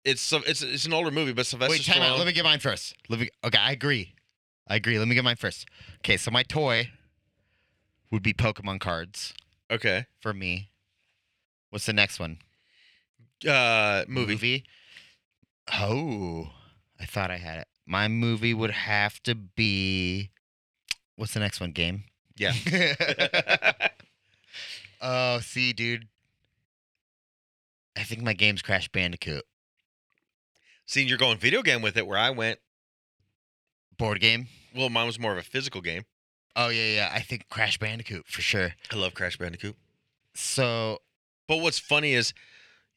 F: it's some, it's it's an older movie, but Sylvester
E: Wait, time
F: Stallone-
E: out. Let me get mine first. Let me. Okay, I agree. I agree. Let me get mine first. Okay, so my toy would be Pokemon cards
F: okay,
E: for me. What's the next one?
F: uh, movie.
E: Oh, I thought I had it. My movie would have to be. What's the next one? Game.
F: Yeah.
E: oh, see, dude. I think my game's Crash Bandicoot.
F: See, you're going video game with it, where I went.
E: Board game.
F: Well, mine was more of a physical game.
E: Oh yeah, yeah. I think Crash Bandicoot for sure.
F: I love Crash Bandicoot.
E: So
F: But what's funny is,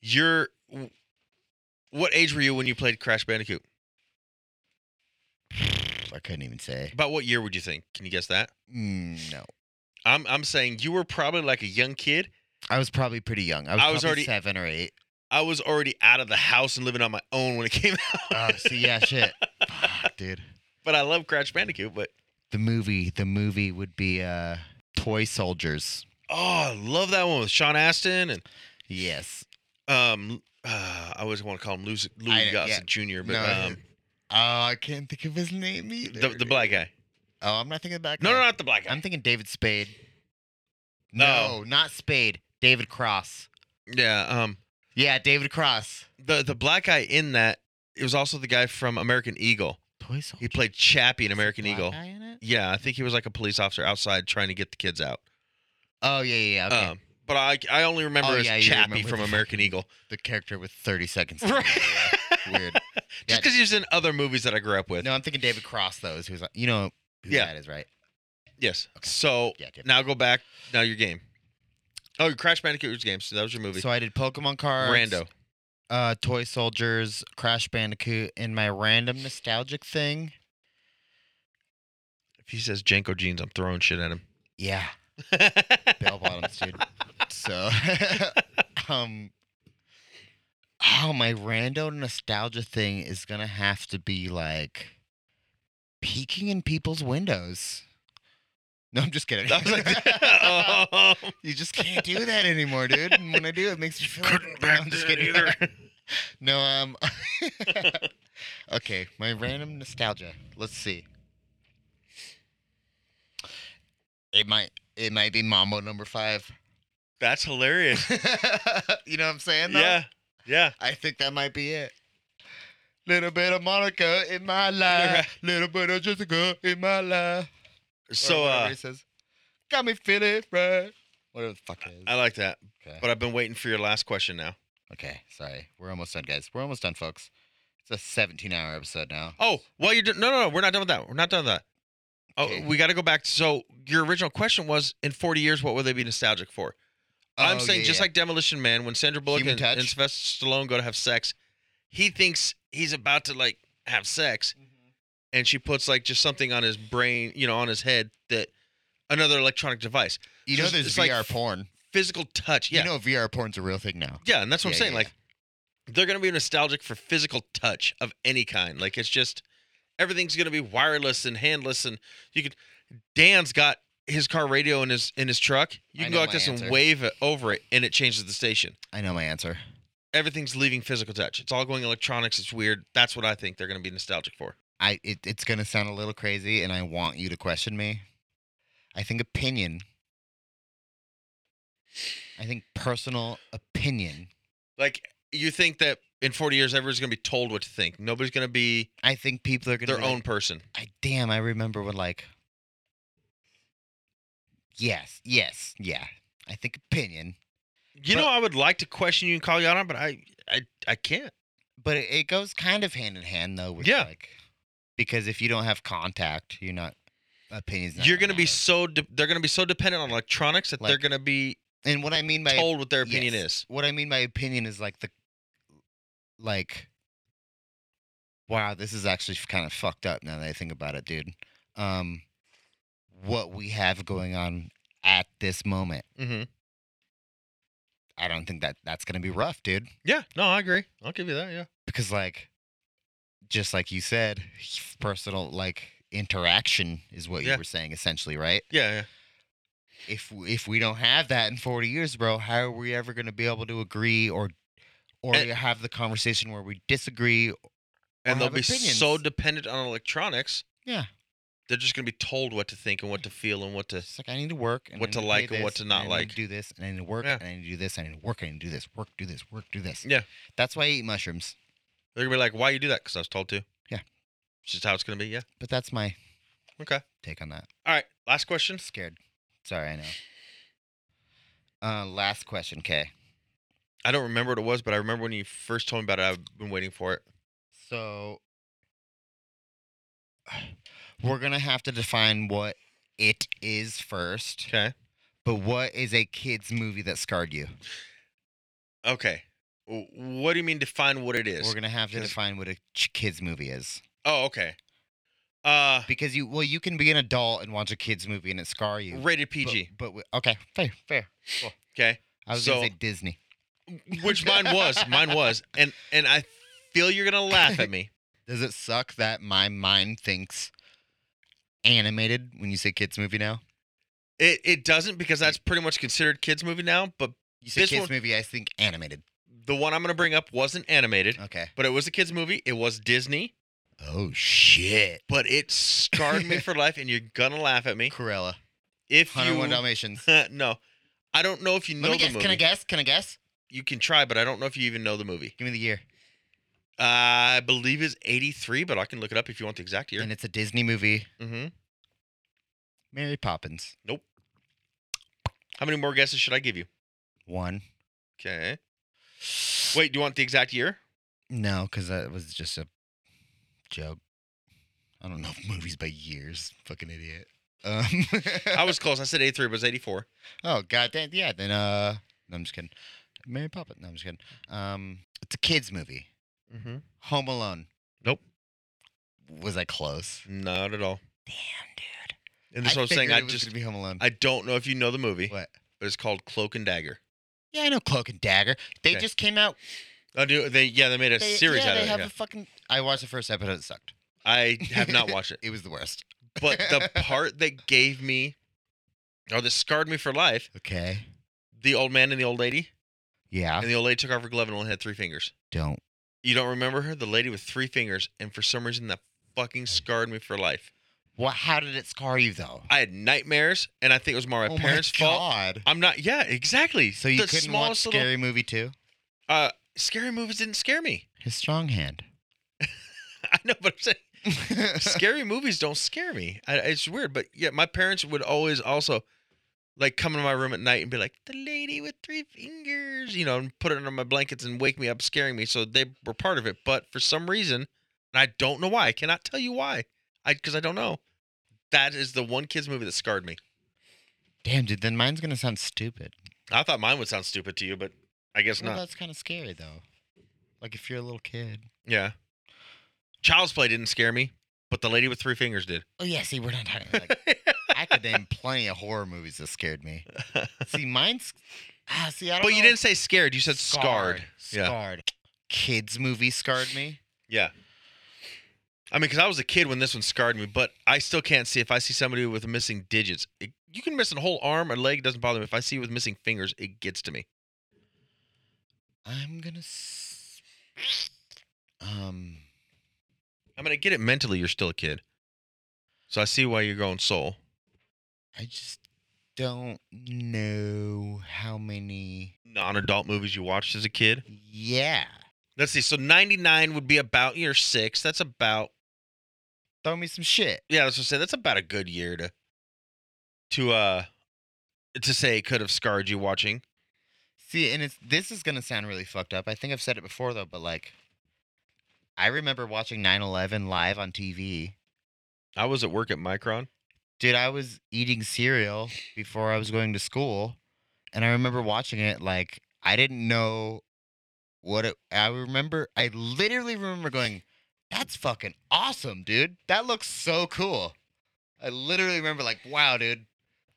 F: you're. What age were you when you played Crash Bandicoot?
E: I couldn't even say.
F: About what year would you think? Can you guess that?
E: Mm, no,
F: I'm I'm saying you were probably like a young kid.
E: I was probably pretty young. I was,
F: I was
E: probably
F: already-
E: seven or eight.
F: I was already out of the house and living on my own when it came out.
E: Oh, see, yeah, shit, Fuck, dude.
F: but I love Crash Bandicoot. But
E: The movie, the movie would be uh, Toy Soldiers.
F: oh, I love that one with Sean Astin and
E: Yes.
F: um, uh, I always want to call him Louis,
E: I-
F: Louis
E: yeah.
F: Gossett Jr. But
E: No,
F: um,
E: Oh, I can't think of his name either.
F: the, the black guy.
E: Oh, I'm not thinking of that.
F: No,
E: guy.
F: no, not the black guy.
E: I'm thinking David Spade.
F: No.
E: no, not Spade. David Cross.
F: yeah, um,
E: Yeah, David Cross.
F: the the black guy in that it was also the guy from American Eagle.
E: Toy Soldiers.
F: He played Chappie in
E: Is the
F: American
E: black
F: Eagle.
E: guy in it?
F: Yeah, I think he was like a police officer outside trying to get the kids out.
E: Oh yeah, yeah, yeah. Okay.
F: Um, but I I only remember
E: Oh,
F: as
E: yeah, you
F: Chappie
E: remember
F: from
E: the
F: American
E: fucking-
F: Eagle,
E: the character with 30 seconds. to
F: Right.
E: live. uh, Weird. Yeah.
F: just because he was in other movies that I grew up with.
E: No, I'm thinking David Cross though. Is who's you know who
F: Yeah.
E: that is, right?
F: Yes.
E: Okay.
F: So
E: Yeah, David.
F: now go back. Now your game. Oh, Crash Bandicoot Roots games. That was your movie.
E: So I did Pokemon cards,
F: Rando.
E: uh, Toy Soldiers, Crash Bandicoot, and my random nostalgic thing.
F: If he says Janko jeans, I'm throwing shit at him.
E: Yeah, bell bottoms, dude. So, um, oh, my rando nostalgia thing is gonna have to be like peeking in people's windows. No, I'm just kidding.
F: I was like, um,
E: you just can't do that anymore, dude. And when I do, it makes me feel. like-
F: couldn't
E: No,
F: back
E: I'm just
F: then
E: kidding.
F: either.
E: No, um. okay, my random nostalgia. Let's see. It might it might be Mambo number five.
F: That's hilarious.
E: you know what I'm saying? though?
F: Yeah. Yeah.
E: I think that might be it. Little bit of Monica in my life. Little bit of Jessica in my life. Or
F: So
E: whatever
F: uh,
E: he says, got me feeling right. Whatever the fuck it is.
F: I like that.
E: Okay.
F: But I've been waiting for your last question now.
E: okay, sorry. We're almost done, guys. We're almost done, folks. It's a 17 hour episode now.
F: Oh, well, you're do- no, no, no. We're not done with that. We're not done with that. Oh,
E: Okay.
F: we got to go back. So your original question was: In 40 years, what will they be nostalgic for? I'm
E: Oh,
F: saying
E: yeah,
F: just
E: yeah.
F: like Demolition Man, when Sandra Bullock
E: Human
F: and,
E: touch.
F: and Sylvester Stallone go to have sex, he thinks he's about to like have sex,
E: Mm-hmm.
F: and she puts like just something on his brain, you know, on his head that another electronic device,
E: You know,
F: Just-
E: there's
F: it's
E: VR
F: like f-
E: porn.
F: physical touch. Yeah,
E: You know, VR porn's a real thing now.
F: yeah, and that's what I'm
E: Yeah,
F: saying.
E: yeah,
F: like they're gonna be nostalgic for physical touch of any kind. Like it's just everything's gonna be wireless and handless, and you could. Dan's got his car radio in his in his truck. You
E: I
F: can
E: know
F: go like
E: my
F: this
E: answer.
F: and wave it over it, and it changes the station.
E: I know my answer.
F: everything's leaving physical touch. It's all going electronics. It's weird. That's what I think they're going to be nostalgic for.
E: I it, it's gonna sound a little crazy, and I want you to question me. I think opinion. I think personal opinion.
F: Like you think that in 40 years everyone's going to be told what to think. Nobody's going to be
E: I think people are gonna
F: their
E: be like,
F: own person.
E: I damn, I remember when like. Yes, yes, yeah. I think opinion,
F: You
E: But-
F: know, I would like to question you and call you out on, it, but I I I can't.
E: but it, it goes kind of hand in hand though. With
F: Yeah.
E: Like, because if you don't have contact, you're not opinions. not
F: You're going to be
E: matter.
F: so de- they're going to be so dependent on electronics that they're
E: Like,
F: going to be
E: and what I mean by
F: told what their opinion
E: Yes.
F: is.
E: What I mean by opinion is like the like wow, this is actually kind of fucked up now that I think about it, dude. Um what we have going on at this moment.
F: hmm
E: I don't think that that's going to be rough, dude,
F: Yeah. No, I agree. I'll give you that. Yeah.
E: because like just like you said, personal like interaction is what
F: Yeah.
E: you were saying essentially, right?
F: Yeah. yeah.
E: If if we don't have that in 40 years, bro, how are we ever going to be able to agree or or
F: And-
E: have the conversation where we disagree
F: And they'll
E: have
F: be so
E: opinions.
F: dependent on electronics.
E: Yeah.
F: They're just going to be told what to think and what to feel and what to
E: It's like I need to work. And
F: What
E: I
F: to
E: need pay
F: like and what
E: this,
F: to not
E: I need
F: like.
E: do this, and I need to work,
F: Yeah.
E: and I need to do this, I need to work, I need to do this, work, do this, work, do this.
F: Yeah.
E: That's why I eat mushrooms.
F: They're gonna be like, "Why you do that?" Because I was told to.
E: Yeah.
F: It's just how it's gonna be. Yeah.
E: But that's my
F: Okay.
E: take on that.
F: All right. Last question.
E: Scared. Sorry, I know. Uh, last question, Kay.
F: I don't remember what it was, but I remember when you first told me about it. I've been waiting for it.
E: So we're gonna have to define what it is first.
F: Okay.
E: But what is a kids movie that scarred you?
F: Okay. W- What do you mean define what it is?
E: We're gonna have to
F: Kids-
E: define what a ch- kids movie is.
F: oh, okay. Uh,
E: Because you well, you can be an adult and watch a kids movie and it scar you.
F: rated
E: But-
F: PG.
E: But, we- okay, fair, fair.
F: Okay.
E: I was
F: So-
E: gonna say Disney.
F: Which mine was. Mine was. And and I feel you're gonna laugh at me.
E: Does it suck that my mind thinks animated when you say kids movie now?
F: It it doesn't because that's pretty much considered kids movie now. But
E: You say
F: This
E: kids
F: one-
E: movie, I think animated.
F: the one I'm gonna bring up wasn't animated,
E: Okay.
F: but it was a kids movie. It was Disney,
E: Oh shit.
F: but it scarred me for life. And you're gonna laugh at me
E: Cruella.
F: if you
E: 101 Dalmatians.
F: no, I don't know if you know
E: Let me
F: the
E: guess.
F: movie.
E: Can I guess? Can I guess?
F: You can try, but I don't know if you even know the movie.
E: Give me the year.
F: I believe it's '83, but I can look it up if you want the exact year.
E: And it's a Disney movie.
F: hmm
E: Mary Poppins.
F: How many more guesses should I give you?
E: One.
F: Okay. Wait, do you want the exact year?
E: No, because that was just a joke. I don't know movies by years. Fucking idiot. Um,
F: I was close. I said 83, but it was 84.
E: oh god, damn, yeah. Then uh, no, I'm just kidding. Mary Poppins. No, I'm just kidding. Um, it's a kids movie.
F: Mm-hmm.
E: Home Alone.
F: Nope.
E: Was I close?
F: Not at all.
E: Damn, dude.
F: And that's
E: I
F: what I was saying.
E: figured
F: I
E: it was
F: just,
E: gonna be Home Alone.
F: I don't know if you know the movie,
E: what?
F: but it's called Cloak and Dagger.
E: Yeah, I know Cloak and Dagger. They
F: Okay.
E: just came out.
F: Oh, do they? Yeah, they made a
E: They,
F: series
E: yeah,
F: out
E: they
F: of it.
E: have
F: yeah.
E: a fucking. I watched the first episode. It sucked.
F: I have not watched it,
E: It was the worst.
F: but the part that gave me, or that scarred me for life,
E: Okay.
F: the old man and the old lady,
E: Yeah.
F: and the old lady took off her glove and only had three fingers.
E: Don't.
F: You don't remember her, the lady with three fingers, and for some reason that fucking scarred me for life.
E: What? How did it scar you though?
F: I had nightmares, and I think it was more my parents' fault.
E: Oh God.
F: I'm not. Yeah, exactly.
E: So you
F: the
E: couldn't watch
F: smallest little-
E: Scary Movie too.
F: Uh, scary movies didn't scare me.
E: His strong hand.
F: I know, but I'm saying scary movies don't scare me. I, it's weird, but yeah, my parents would always also like come into my room at night and be like, "The lady with three fingers," you know, and put it under my blankets and wake me up, scaring me. So they were part of it, but for some reason, and I don't know why, I cannot tell you why, I because I don't know. That is the one kids movie that scarred me.
E: Damn, dude. Then mine's gonna sound stupid.
F: I thought mine would sound stupid to you, but I guess
E: well,
F: not.
E: that's kind of scary though. Like if you're a little kid.
F: Yeah, Child's Play didn't scare me, but the lady with three fingers did.
E: Oh yeah. See, we're not talking. Like, I could name plenty of horror movies that scared me. See, mine's. Ah, see, I don't.
F: But you
E: know.
F: didn't say scared. You said scarred.
E: Scarred.
F: Yeah.
E: Scarred. Kids movie scarred me.
F: Yeah. I mean, because I was a kid when this one scarred me, but I still can't see if I see somebody with missing digits. It, you can miss a whole arm or leg, it doesn't bother me. If I see you with missing fingers, it gets to me.
E: I'm gonna. S- um.
F: I mean, I get it mentally. You're still a kid. So I see why you're going soul.
E: I just don't know how many.
F: Non adult movies you watched as a kid.
E: Yeah.
F: Let's see. So 99 would be about year six. That's about,
E: Throw me some shit.
F: yeah, let's just say that's about a good year to, to, uh, to say it could have scarred you watching.
E: See, and it's this is gonna sound really fucked up. I think I've said it before though, but like, I remember watching 9/11 live on TV.
F: I was at work at Micron.
E: Dude, I was eating cereal before I was going to school, and I remember watching it like I didn't know what it. I remember. I literally remember going, "That's fucking awesome, dude. That looks so cool." I literally remember like, "Wow, dude."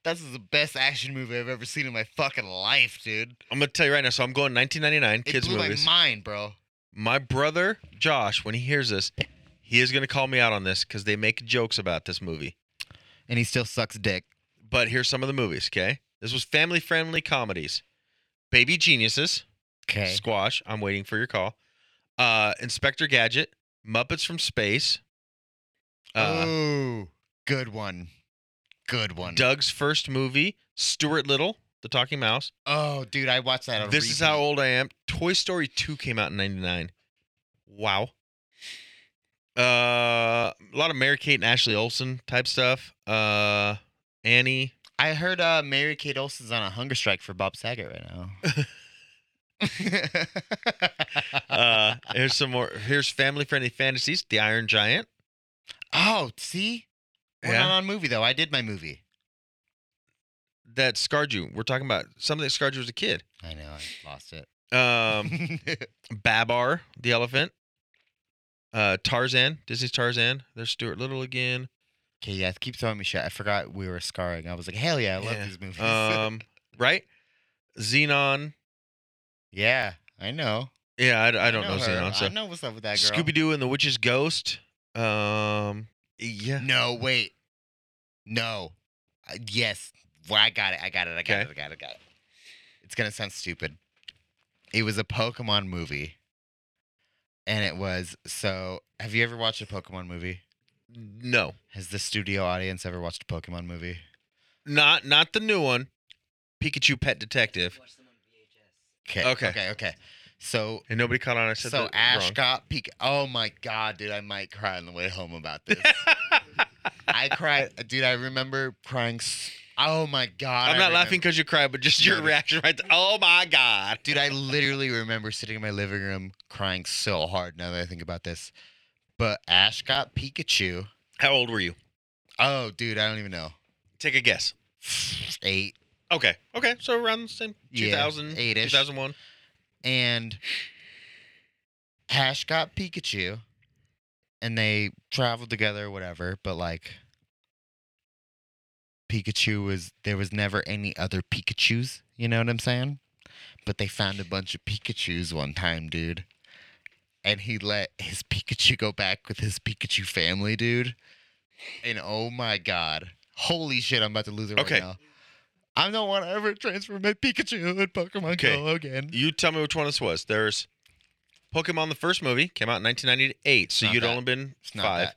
E: This is the best action movie I've ever seen in my fucking life, dude.
F: I'm gonna tell you right now. So I'm going 1999
E: It
F: kids
E: blew
F: movies.
E: my mind, bro.
F: My brother Josh, when he hears this, he is gonna call me out on this because they make jokes about this movie.
E: And he still sucks dick.
F: But here's some of the movies. Okay, this was family-friendly comedies: Baby Geniuses,
E: Okay.
F: Squash. I'm waiting for your call. Uh, Inspector Gadget, Muppets from Space, uh,
E: Ooh, good one. Good one.
F: Doug's first movie, Stuart Little, the Talking Mouse.
E: oh, dude, I watched that. On
F: This is how
E: repeat.
F: old I am. Toy Story 2 came out in 99. Wow. Uh, a lot of Mary Kate and Ashley Olsen type stuff. Uh, Annie.
E: I heard uh, Mary Kate Olsen's on a hunger strike for Bob Saget right now.
F: Uh, here's some more. Here's family friendly fantasies. The Iron Giant.
E: oh, see, we're
F: Yeah.
E: not on movie though. I did my movie.
F: That scarred you. We're talking about something that scarred you as a kid.
E: I know, I lost it.
F: Um, Babar, the elephant. Uh, Tarzan, Disney's Tarzan. There's Stuart Little again.
E: okay, yeah, keep throwing me shit. I forgot we were scarring. I was like, hell yeah, I love
F: Yeah.
E: these movies.
F: Um, right? Xenon.
E: yeah, I know.
F: Yeah, I, I don't know,
E: her.
F: Xenon. So.
E: I know what's up with that girl.
F: Scooby Doo and the Witch's Ghost. Um, yeah.
E: No, wait. No. Uh, yes. Well, I got it. I got it. I got it.
F: Okay.
E: I got it. I got it. It's going to sound stupid. It was a Pokemon movie. And it was so have you ever watched a Pokemon movie?
F: No,
E: Has the studio audience ever watched a Pokemon movie?
F: not not the new one. Pikachu Pet Detective.
E: Okay.
F: Okay.
E: Okay. Okay. So
F: And nobody caught on. I said
E: so
F: that
E: Ash
F: wrong.
E: got peak. Oh my god, dude! I might cry on the way home about this. I cried, dude. I remember crying. s- Oh my god!
F: I'm
E: I
F: not
E: remember-
F: laughing because you cried, but just your
E: No.
F: reaction right there. Oh my God.
E: Dude, I literally remember sitting in my living room crying so hard now that I think about this. But Ash got Pikachu.
F: How old were you?
E: Oh, dude, I don't even know.
F: Take a guess.
E: eight,
F: Okay. Okay. So around the same
E: Yeah,
F: 2000,
E: eight-ish.
F: 2001.
E: and Ash got Pikachu, and they traveled together, whatever. But like, Pikachu was there was never any other Pikachu's. You know what I'm saying? But they found a bunch of Pikachu's one time, dude. And he let his Pikachu go back with his Pikachu family, dude. And oh my god. Holy shit, I'm about to lose it right
F: Okay.
E: now. I don't want to ever transform my Pikachu in Pokemon
F: Okay.
E: Go again.
F: You tell me which one this was. There's Pokemon, the first movie, came out in 1998. So
E: Not
F: you'd
E: that.
F: only been
E: It's not
F: five.
E: that.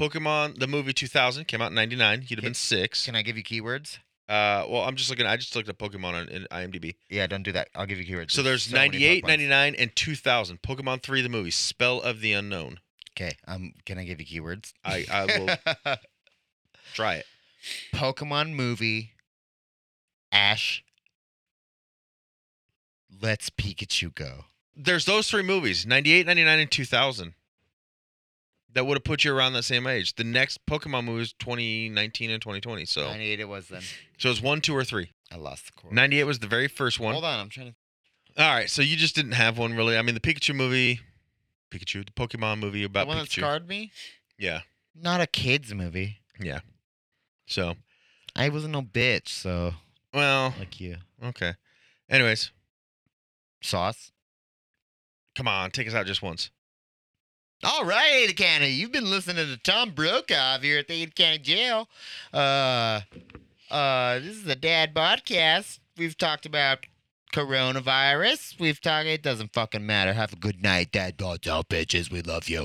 F: Pokemon, the movie 2000, came out in 99. You'd have
E: Can-
F: been six.
E: Can I give you keywords?
F: Uh, well, I'm just looking. I just looked at Pokemon on in IMDb.
E: Yeah, don't do that. I'll give you keywords.
F: So there's
E: many
F: 98,
E: Pokemons.
F: 99, and 2000. Pokemon 3, the movie, Spell of the Unknown.
E: Okay. Um, can I give you keywords?
F: I- I
E: will.
F: Try it.
E: Pokemon movie. Ash. Let's Pikachu go.
F: There's those three movies, 98, 99, and 2000. That would have put you around that same age. The next Pokemon movie is 2019 and 2020. So,
E: 98 it was then.
F: so it's one, two, or three.
E: I lost the core.
F: 98 was the very first one.
E: Hold on, I'm trying to.
F: All right, so you just didn't have one really. I mean, the Pikachu movie, Pikachu, the Pokemon movie about
E: the one that
F: Pikachu.
E: scarred me.
F: yeah,
E: Not a kids movie.
F: yeah. So,
E: I wasn't no bitch, so
F: well,
E: like you.
F: okay. Anyways,
E: Sauce.
F: come on, take us out just once.
E: All right, Ada County, you've been listening to Tom Brokaw here at the Ada County Jail. Uh, uh, this is the Dad Podcast. We've talked about coronavirus. We've talked. It doesn't fucking matter. Have a good night, Dad Bods out, bitches. We love you.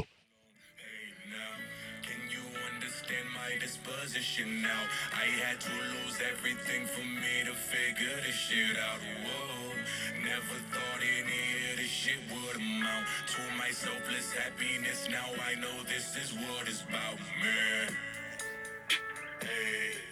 G: Hey now, can you understand my disposition now? I had to lose everything for me to figure this shit out. Whoa, never thought any of this shit would amount to my selfless happiness. Now I know this is what it's about, man. Hey.